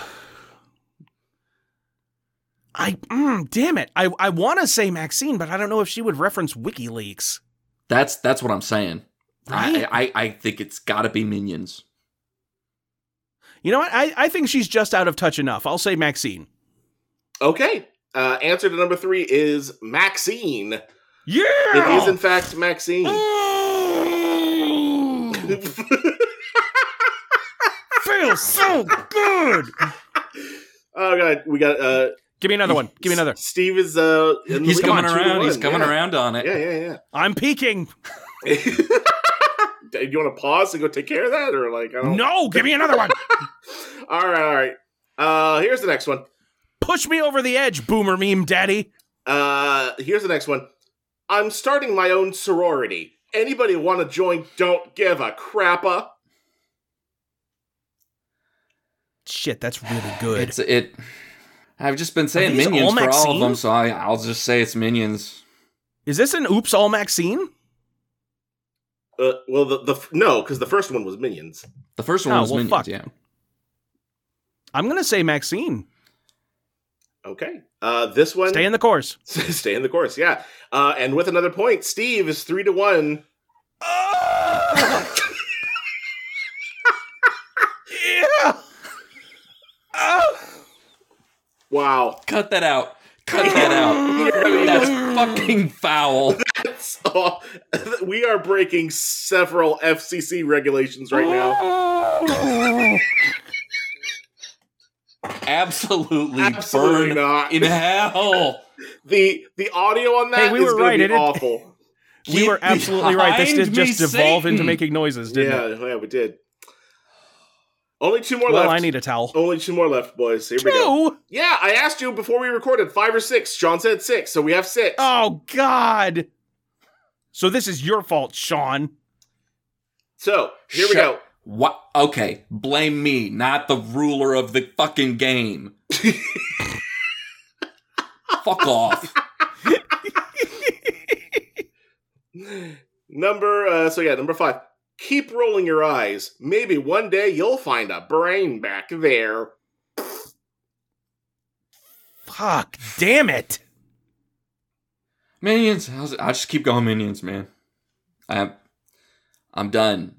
C: I mm, damn it. I I want to say Maxine, but I don't know if she would reference WikiLeaks.
E: That's that's what I'm saying.
C: Right?
E: I, I I think it's got to be minions.
C: You know what? I, I think she's just out of touch enough. I'll say Maxine.
D: Okay. Uh, answer to number three is Maxine.
C: Yeah.
D: It is in fact Maxine. Oh,
C: feels so good.
D: Oh god, we got uh
C: Give me another one. Give me another.
D: Steve is uh in the
E: He's
D: lead.
E: coming
D: Two to
E: around. He's
D: one,
E: coming
D: yeah.
E: around on it.
D: Yeah, yeah,
C: I'm peeking.
D: yeah. Do you want to pause and go take care of that or like I don't
C: No, give me another one.
D: All right, all right. Uh here's the next one.
C: Push me over the edge, boomer meme daddy.
D: Uh here's the next one. I'm starting my own sorority. Anybody want to join? Don't give a crappa.
C: Shit, that's really good.
E: It's it. I've just been saying
C: these
E: minions
C: all
E: for all of
C: Maxine?
E: them, so I, I'll just say it's minions.
C: Is this an oops all Maxine?
D: Uh, well, the, the f- no, because the first one was minions.
E: The first one
C: Oh,
E: was
C: well,
E: minions.
C: fuck.
E: Yeah.
C: I'm gonna say Maxine.
D: Okay. Uh, this one
C: Stay in the course.
D: Stay in the course, yeah. Uh, and with another point, Steve is three to one.
C: Yeah.
D: Wow,
E: Cut that out. Cut that out. That's fucking foul.
D: That's all- we are breaking several FCC regulations right now.
E: Absolutely,
D: Absolutely
E: burn
D: not.
E: in hell.
D: the The audio on that
C: Hey,
D: is
C: we were
D: going
C: right,
D: to
C: it
D: be
C: didn't-
D: awful.
C: we
E: Get
C: were absolutely right. This did
E: behind me,
C: just devolve into
E: Satan.
C: making noises, didn't
D: yeah,
C: it?
D: yeah, we did. Only two more
C: Well,
D: left.
C: I need a towel.
D: Only two more left, boys. Here we go.
C: Two?
D: Yeah, I asked you before we recorded five or six. Sean said six, so we have six.
C: Oh God. So this is your fault, Sean.
D: so here we
E: Shut-
D: go.
E: What? Okay, blame me, not the ruler of the fucking game. Fuck off.
D: Number uh, so yeah, number five. Keep rolling your eyes. Maybe one day you'll find a brain back there.
C: Fuck. Damn it.
E: Minions. I'll, I'll just keep going minions, man. I'm, I'm done.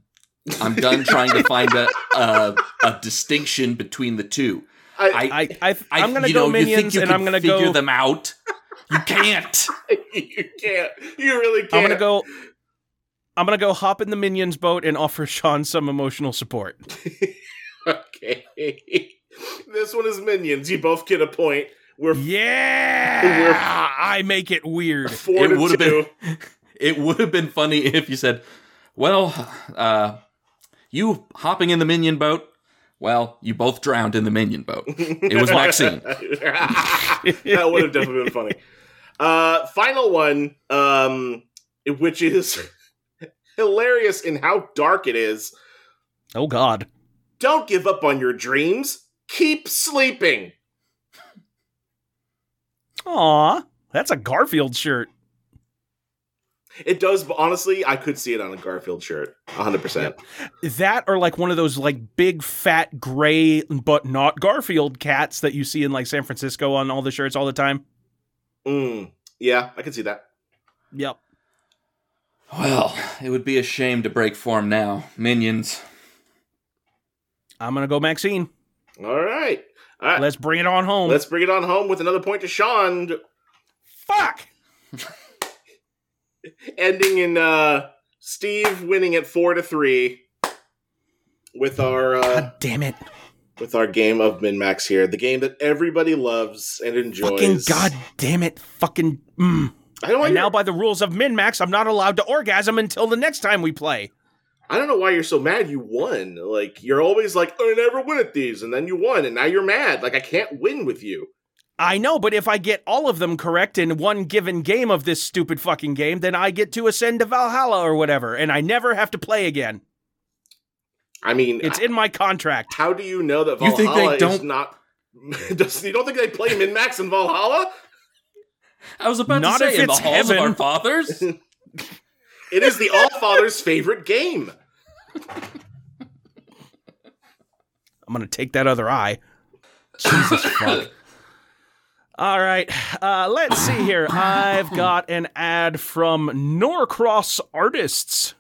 E: I'm done trying to find a, a a distinction between the two.
D: I-
E: I,
C: I, I, I am gonna
E: you
C: go
E: know, you think
C: minions,
E: you
C: and
E: can
C: I'm gonna
E: figure
C: go.
E: them out. You can't.
D: you can't. You really can't.
C: I'm gonna go. I'm gonna go hop in the minions boat and offer Sean some emotional support.
D: Okay. this one is minions. You both get a point. We're
C: Yeah, I make it weird.
D: four
E: It
D: to
E: would've
D: two.
E: It would have been funny if you said, "Well, uh, you hopping in the minion boat. Well, you both drowned in the minion boat. It was Maxine.
D: that would have definitely been funny. Uh, final one, um, which is hilarious in how dark it is.
C: Oh God,
D: Don't give up on your dreams. Keep sleeping.
C: aw, that's a Garfield shirt.
D: It does, but honestly, I could see it on a Garfield shirt. 100%.
C: That or like one of those like big fat gray but not Garfield cats that you see in like San Francisco on all the shirts all the time.
D: Mm, yeah, I could see that.
C: Yep.
E: Well, it would be a shame to break form now, minions.
C: I'm gonna go Maxine.
D: All right. All right.
C: Let's bring it on home.
D: Let's bring it on home with another point to Sean,
C: Fuck.
D: ending in uh, Steve winning at four to three with our uh,
C: God damn it.
D: with our game of Min Max here, the game that everybody loves and enjoys.
C: Fucking god damn it! Fucking. Mm.
D: I don't, know why
C: And now,
D: you're-
C: by the rules of Min Max, I'm not allowed to orgasm until the next time we play.
D: I don't know why you're so mad. You won. Like you're always like, I never win at these, and then you won, and now you're mad. Like I can't win with you.
C: I know, but if I get all of them correct in one given game of this stupid fucking game, then I get to ascend to Valhalla or whatever, and I never have to play again.
D: I mean,
C: It's
D: I-
C: in my contract.
D: how do you know that
E: You think
D: Valhalla
E: they
D: is
E: don't-
D: not? Does- you don't think they play min max in Valhalla?
E: I was about
C: Not
E: to
C: if
E: say in the
C: it's
E: halls of
C: heaven.
E: our fathers.
D: It is the All Father's favorite game.
C: I'm gonna take that other eye.
B: Jesus fuck.
C: All right, uh, let's see here. I've got an ad from Norcross Artists.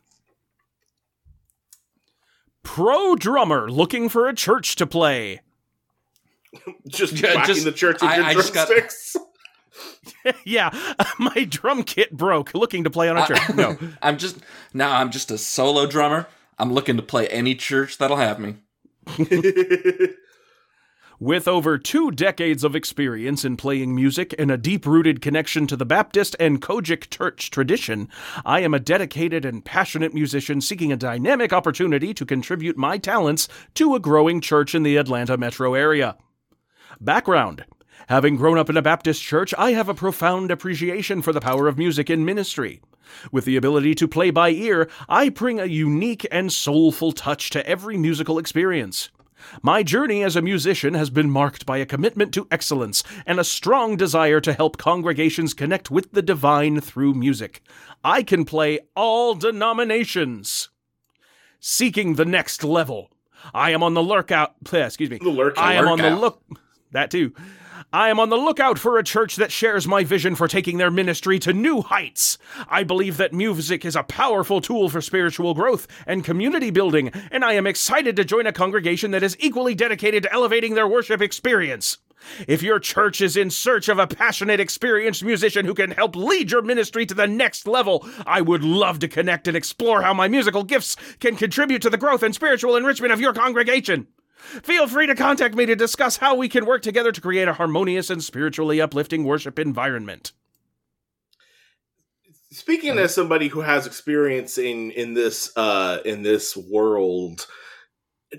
C: Pro drummer looking for a church to play.
D: Just
E: Yeah,
D: whacking
E: just-
D: the church with
E: I-
D: your
E: I just got-
D: drumsticks.
C: yeah, my drum kit broke. Looking to play on a church. No,
E: I'm just now. I'm just a solo drummer. I'm looking to play any church that'll have me.
C: With over two decades of experience in playing music and a deep rooted connection to the Baptist and Kojic church tradition, I am a dedicated and passionate musician seeking a dynamic opportunity to contribute my talents to a growing church in the Atlanta metro area. Background Having grown up in a Baptist church, I have a profound appreciation for the power of music in ministry. With the ability to play by ear, I bring a unique and soulful touch to every musical experience. My journey as a musician has been marked by a commitment to excellence and a strong desire to help congregations connect with the divine through music. I can play all denominations. Seeking the next level. I am on the lurkout. Excuse me.
D: The lurkout.
C: I am on the
E: Lurkout.
C: look. That too. I am on the lookout for a church that shares my vision for taking their ministry to new heights. I believe that music is a powerful tool for spiritual growth and community building, and I am excited to join a congregation that is equally dedicated to elevating their worship experience. If your church is in search of a passionate, experienced musician who can help lead your ministry to the next level, I would love to connect and explore how my musical gifts can contribute to the growth and spiritual enrichment of your congregation. Feel free to contact me to discuss how we can work together to create a harmonious and spiritually uplifting worship environment.
D: Speaking as somebody who has experience in in this uh in this world,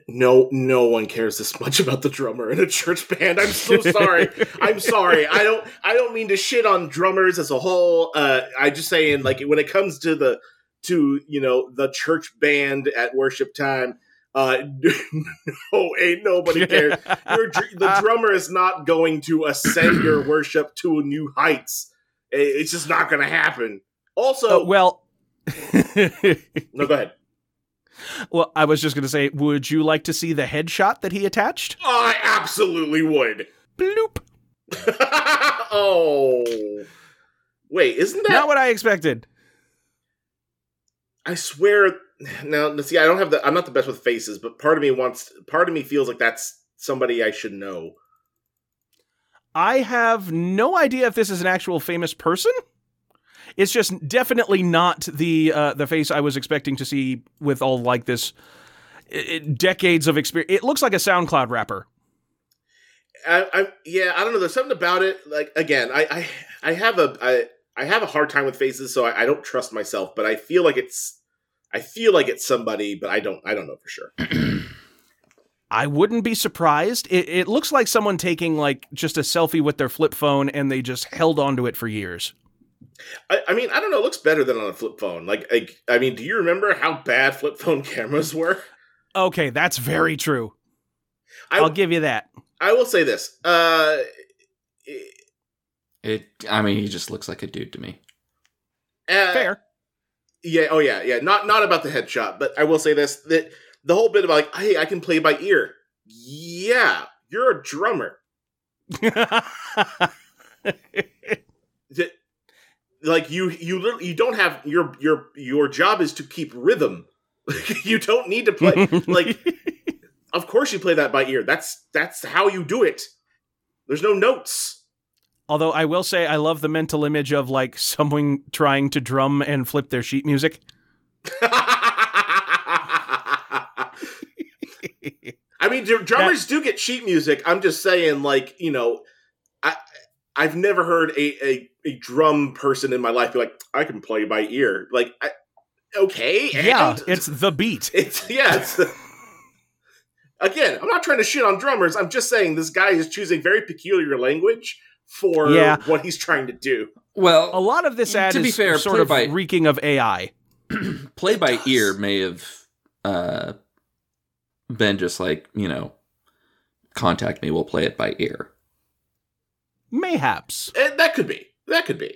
D: no no one cares this much about the drummer in a church band. I'm so sorry. I'm sorry. I don't I don't mean to shit on drummers as a whole. Uh I just saying like when it comes to the to you know the church band at worship time uh no ain't nobody cares your dr- the drummer is not going to ascend your worship to new heights I- it's just not going to happen also
C: Uh, well,
D: no go ahead
C: well, I was just going to say, would you like to see the headshot that he attached?
D: i absolutely would
C: Bloop.
D: oh wait isn't that
C: Not what I expected.
D: I swear. Now, see, I don't have the. I'm not the best with faces, but part of me wants. Part of me feels like that's somebody I should know.
C: I have no idea if this is an actual famous person. It's just definitely not the uh, the face I was expecting to see with all like this i- i- decades of experience. It looks like a SoundCloud rapper.
D: I, I yeah, I don't know. There's something about it. Like again, I I, I have a I, I have a hard time with faces, so I, I don't trust myself. But I feel like it's I feel like it's somebody, but I don't I don't know for sure.
C: I wouldn't be surprised. It, it looks like someone taking like just a selfie with their flip phone and they just held onto it for years.
D: I, I mean, I don't know. It looks better than on a flip phone. Like I, I mean, do you remember how bad flip phone cameras were?
C: Okay, that's very true.
D: I
C: I'll give you that.
D: I will say this. Uh,
E: It. I mean, he just looks like a dude to me.
D: uh,
C: Fair.
D: Yeah. Oh, yeah. Yeah. Not not about the headshot, but I will say this: that the whole bit about like, hey, I can play by ear. Yeah, you're a drummer. That- Like you, you literally you don't have your your your job is to keep rhythm. you don't need to play like. Of course, you play that by ear. That's that's how you do it. There's no notes.
C: Although I will say I love the mental image of like someone trying to drum and flip their sheet music.
D: I I mean, dr- drummers do get sheet music. I'm just saying, like, you know, I I've never heard a a, a drum person in my life be like, I can play by ear. Like, I, okay,
C: Yeah,
D: and?
C: it's the beat.
D: it's yeah. It's, again, I'm not trying to shit on drummers. I'm just saying this guy is choosing very peculiar language for
C: Yeah.
D: what he's trying to do.
E: Well,
C: A lot of this ad
E: To be
C: is
E: fair,
C: sort of
E: play by-
C: reeking of AI.
E: play by ear may have uh, been just like you know, contact me. We'll play it by ear.
C: Mayhaps.
D: Eh, that could be. That could be.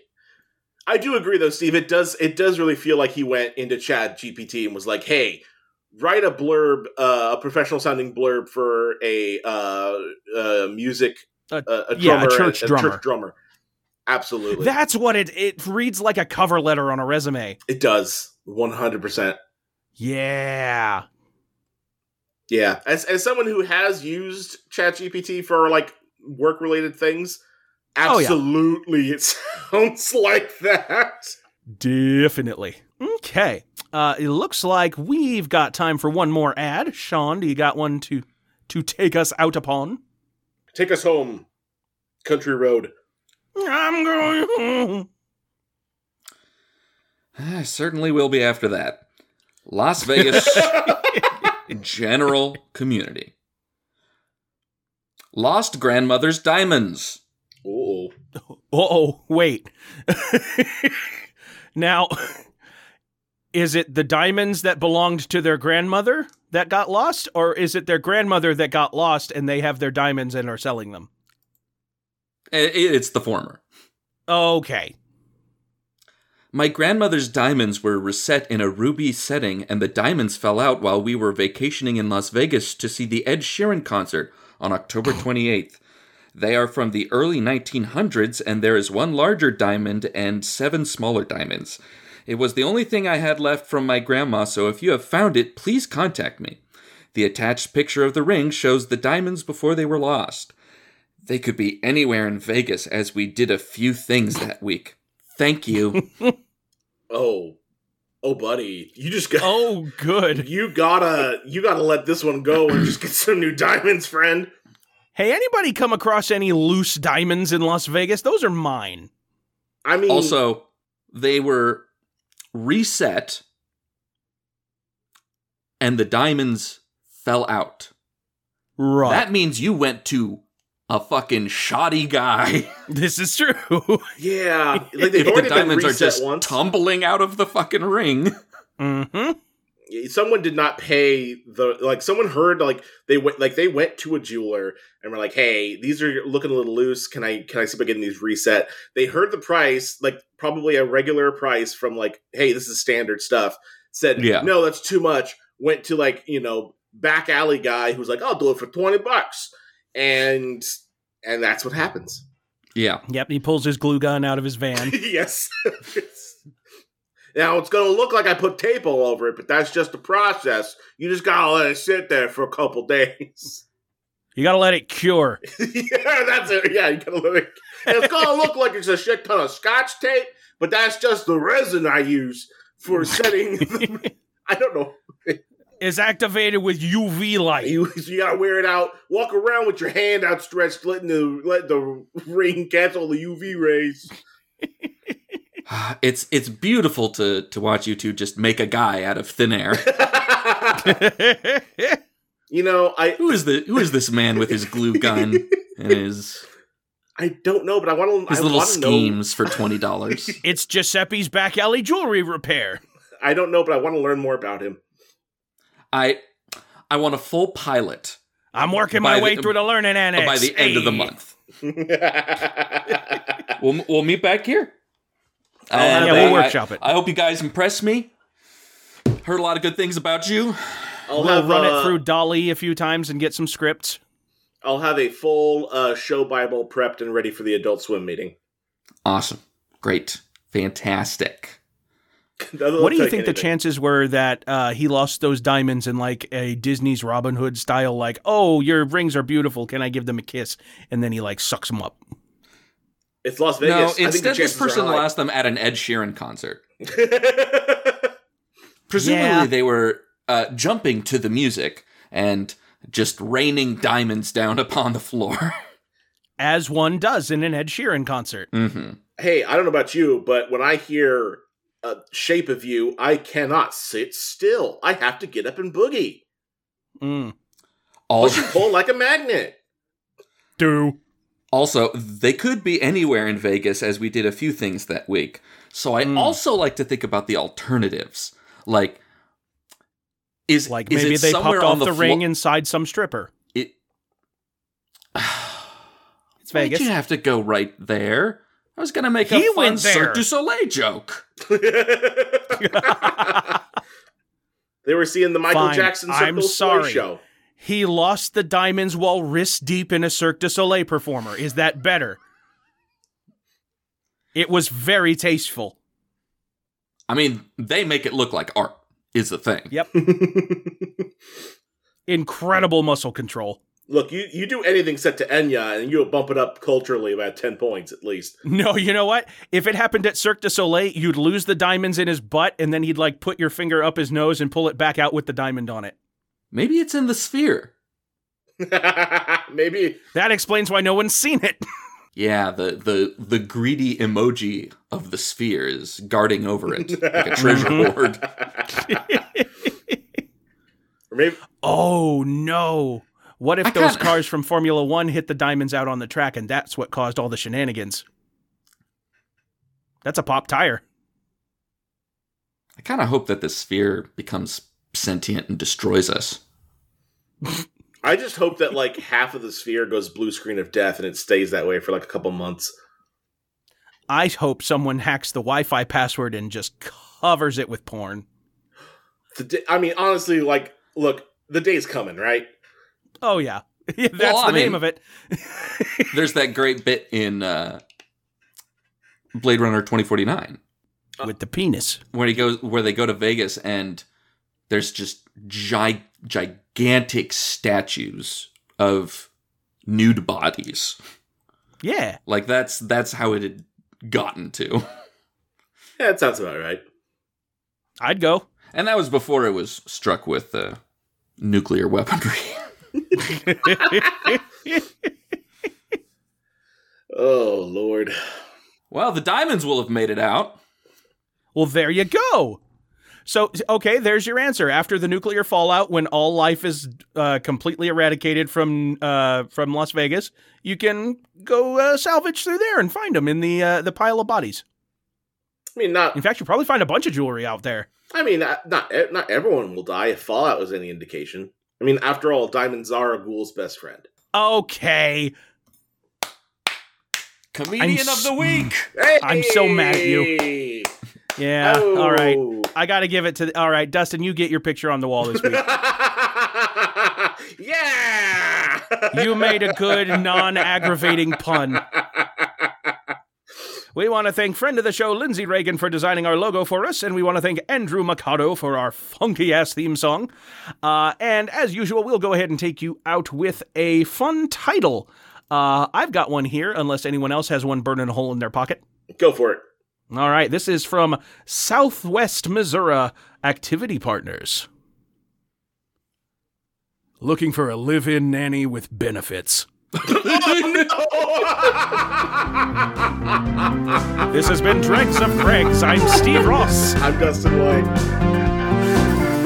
D: I do agree though, Steve. It does. It does really feel like he went into Chat GPT and was like, "Hey, write a blurb, uh, a professional sounding blurb for a uh, uh, music,
C: A-
D: uh, a drummer,
C: yeah, a church drummer."
D: church drummer." Absolutely,
C: That's what it it reads like a cover letter on a resume.
D: it does. One hundred percent.
C: Yeah.
D: Yeah, as as someone who has used ChatGPT for like work related things,
C: Oh, yeah.
D: absolutely, it sounds like that.
C: Definitely. Okay. Uh, it looks like we've got time for one more ad. Sean, do you got one to to take us out upon?
D: Take us home, country road.
C: I'm going home.
E: Ah, I certainly will be after that. Las Vegas General Community. Lost Grandmother's Diamonds.
D: Oh,
C: Oh, wait. now, is it the diamonds that belonged to their grandmother that got lost, or is it their grandmother that got lost and they have their diamonds and are selling them?
E: I- i- It's the former.
C: Okay.
E: My grandmother's diamonds were reset in a ruby setting, and the diamonds fell out while we were vacationing in Las Vegas to see the Ed Sheeran concert on October 28th. They are from the early 1900s, and there is one larger diamond and seven smaller diamonds. It was the only thing I had left from my grandma, so if you have found it, please contact me. The attached picture of the ring shows the diamonds before they were lost. They could be anywhere in Vegas, as we did a few things that week. Thank you.
D: oh, oh, buddy, you just got
C: Oh, good.
D: you gotta you gotta let this one go and just get some new diamonds, friend.
C: Hey, anybody come across any loose diamonds in Las Vegas? Those are mine.
D: I mean,
E: also they were reset and the diamonds fell out
C: Right.
E: that means you went to a fucking shoddy guy
C: this is true.
D: yeah, like they've
E: if the
D: already
E: diamonds
D: been
E: are
D: reset
E: just
D: once.
E: tumbling out of the fucking ring
C: hmm
D: someone did not pay the like someone heard like they went like they went to a jeweler and were like hey these are looking a little loose can i can i see if i getting these reset they heard the price like probably a regular price from like hey this is standard stuff said
E: Yeah.
D: no that's too much went to like you know back alley guy who's like i'll do it for 20 bucks and and that's what happens
E: yeah
C: Yep, he pulls his glue gun out of his van.
D: yes Now it's gonna look like I put tape all over it, but that's just the process. You just gotta let it sit there for a couple days.
C: You gotta let it cure.
D: yeah, that's it. Yeah, you gotta let it. and it's gonna look like it's a shit ton of scotch tape, but that's just the resin I use for setting. the- I don't know.
C: It's activated with UV light.
D: You, you gotta wear it out. Walk around with your hand outstretched, letting the let the ring catch all the UV rays.
E: it's it's beautiful to to watch you two just make a guy out of thin air
D: you know, I
E: who is the who is this man with his glue gun and his
D: I don't know, but I want to.
E: his
D: I
E: little
D: wanna Know,
E: schemes for twenty dollars
C: it's Giuseppe's back alley jewelry repair.
D: I don't know, but I want to learn more about him.
E: i i want a full pilot
C: I'm working
E: By
C: my
E: the-
C: way through the learning annex.
E: by the end of the
C: Hey.
E: month.
D: yeah,
E: We'll we'll meet back here.
C: yeah,
D: Oh,
E: And,
C: we'll
E: uh,
C: workshop
E: I-
C: it.
E: I hope you guys impress me. Heard a lot of good things about you.
D: I'll
C: We'll
D: have,
C: run
D: uh,
C: it through Dolly a few times and get some scripts.
D: I'll have a full uh, show Bible prepped and ready for the Adult Swim meeting.
E: Awesome. Great. Fantastic.
C: What do you think the chances were that uh, he lost those diamonds in like a Disney's Robin Hood style, like, oh, your rings are beautiful. Can I give them a kiss? And then he like sucks them up.
D: It's Las
E: No,
D: Vegas. I think the
E: instead this
D: chances are
E: person
D: high.
E: lost them at an Ed Sheeran concert. Presumably
C: Yeah.
E: they were uh, jumping to the music and just raining diamonds down upon the floor.
C: as one does in an Ed Sheeran concert.
E: hmm
D: Hey, I don't know about you, but when I hear uh, "Shape of You," I cannot sit still. I have to get up and boogie.
C: Mm.
E: All,
D: Plus, you pull like a magnet.
B: Do.
E: also, they could be anywhere in Vegas as we did a few things that week. So I
C: Mm.
E: also like to think about the alternatives. Like, is,
C: Like
E: is
C: maybe
E: it
C: they
E: somewhere
C: popped
E: on
C: off the,
E: the
C: ring
E: flo-
C: inside some stripper.
E: it-
C: It's
E: Why'd
C: Vegas.
E: you have to go right there? I was gonna make
C: He
E: a fun
C: went there.
E: Cirque du Soleil joke.
D: they were seeing the Michael
C: Fine,
D: Jackson Circle
C: I'm
D: Soleil
C: sorry.
D: show.
C: He lost the diamonds while wrist deep in a Cirque du Soleil performer. Is that better? It was very tasteful.
E: I mean, they make it look like art is the thing.
C: Yep. Incredible muscle control.
D: Look, you, you do anything set to Enya, and you'll bump it up culturally about ten points at least.
C: No, you know what? If it happened at Cirque du Soleil, you'd lose the diamonds in his butt, and then he'd like put your finger up his nose and pull it back out with the diamond on it.
E: Maybe it's in the sphere.
D: Maybe
C: That explains why no one's seen it.
E: Yeah, the the the greedy emoji of the sphere is guarding over it like a treasure
C: Mm-hmm.
E: hoard.
D: or maybe
C: Oh no. What if
E: I
C: those
E: kinda-
C: cars from Formula One hit the diamonds out on the track and that's what caused all the shenanigans? That's a pop tire.
E: I kind of hope that the sphere becomes sentient and destroys us.
D: I just hope that like half of the sphere goes blue screen of death and it stays that way for like a couple months.
C: I hope someone hacks the Wi Fi password and just covers it with porn.
D: The day, I mean, honestly, like, look, the day's coming, right?
C: Oh, yeah. Yeah, That's
E: Well, I
C: the name
E: mean-
C: of it.
E: There's that great bit in uh, Blade Runner 2049
C: With the penis.
E: where he goes where they go to Vegas and there's just gi- gigantic statues of nude bodies.
C: Yeah.
E: Like that's that's how it had gotten to.
D: Yeah, that sounds about right.
C: I'd go.
E: And that was before it was struck with uh, nuclear weaponry.
D: Oh lord,
E: well, the diamonds will have made it out.
C: Well, there you go. So, okay, there's your answer. After the nuclear fallout, when all life is uh, completely eradicated from uh, from Las Vegas, you can go uh, salvage through there and find them in the uh, the pile of bodies.
D: I mean, not.
C: In fact, you'll probably find a bunch of jewelry out there.
D: I mean, uh, not e- not everyone will die if Fallout was any indication. I mean, after all, diamonds are Ghoul's best friend.
C: Okay,
E: Comedian
C: I'm
E: of
C: s-
E: the week.
C: I'm so mad at you.
D: Hey!
C: yeah, all right.
D: Oh.
C: I got to give it to. The, all right, Dustin, you get your picture on the wall this week.
D: yeah.
C: you made a good non-aggravating pun. We want to thank friend of the show Lindsay Reagan for designing our logo for us, and we want to thank Andrew Mikado for our funky ass theme song. Uh, and as usual, we'll go ahead and take you out with a fun title. Uh, I've got one here, unless anyone else has one burning a hole in their pocket.
D: Go for it.
C: All right, this is from Southwest Missouri Activity Partners. Looking for a live in nanny with benefits. This has been Dregs of Dregs. I'm Steve Ross.
D: I'm Dustin White.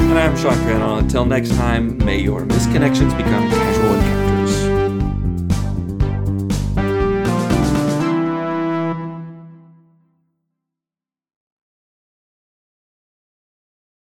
E: And I'm Sean Granall. Until next time, may your misconnections become casual encounters.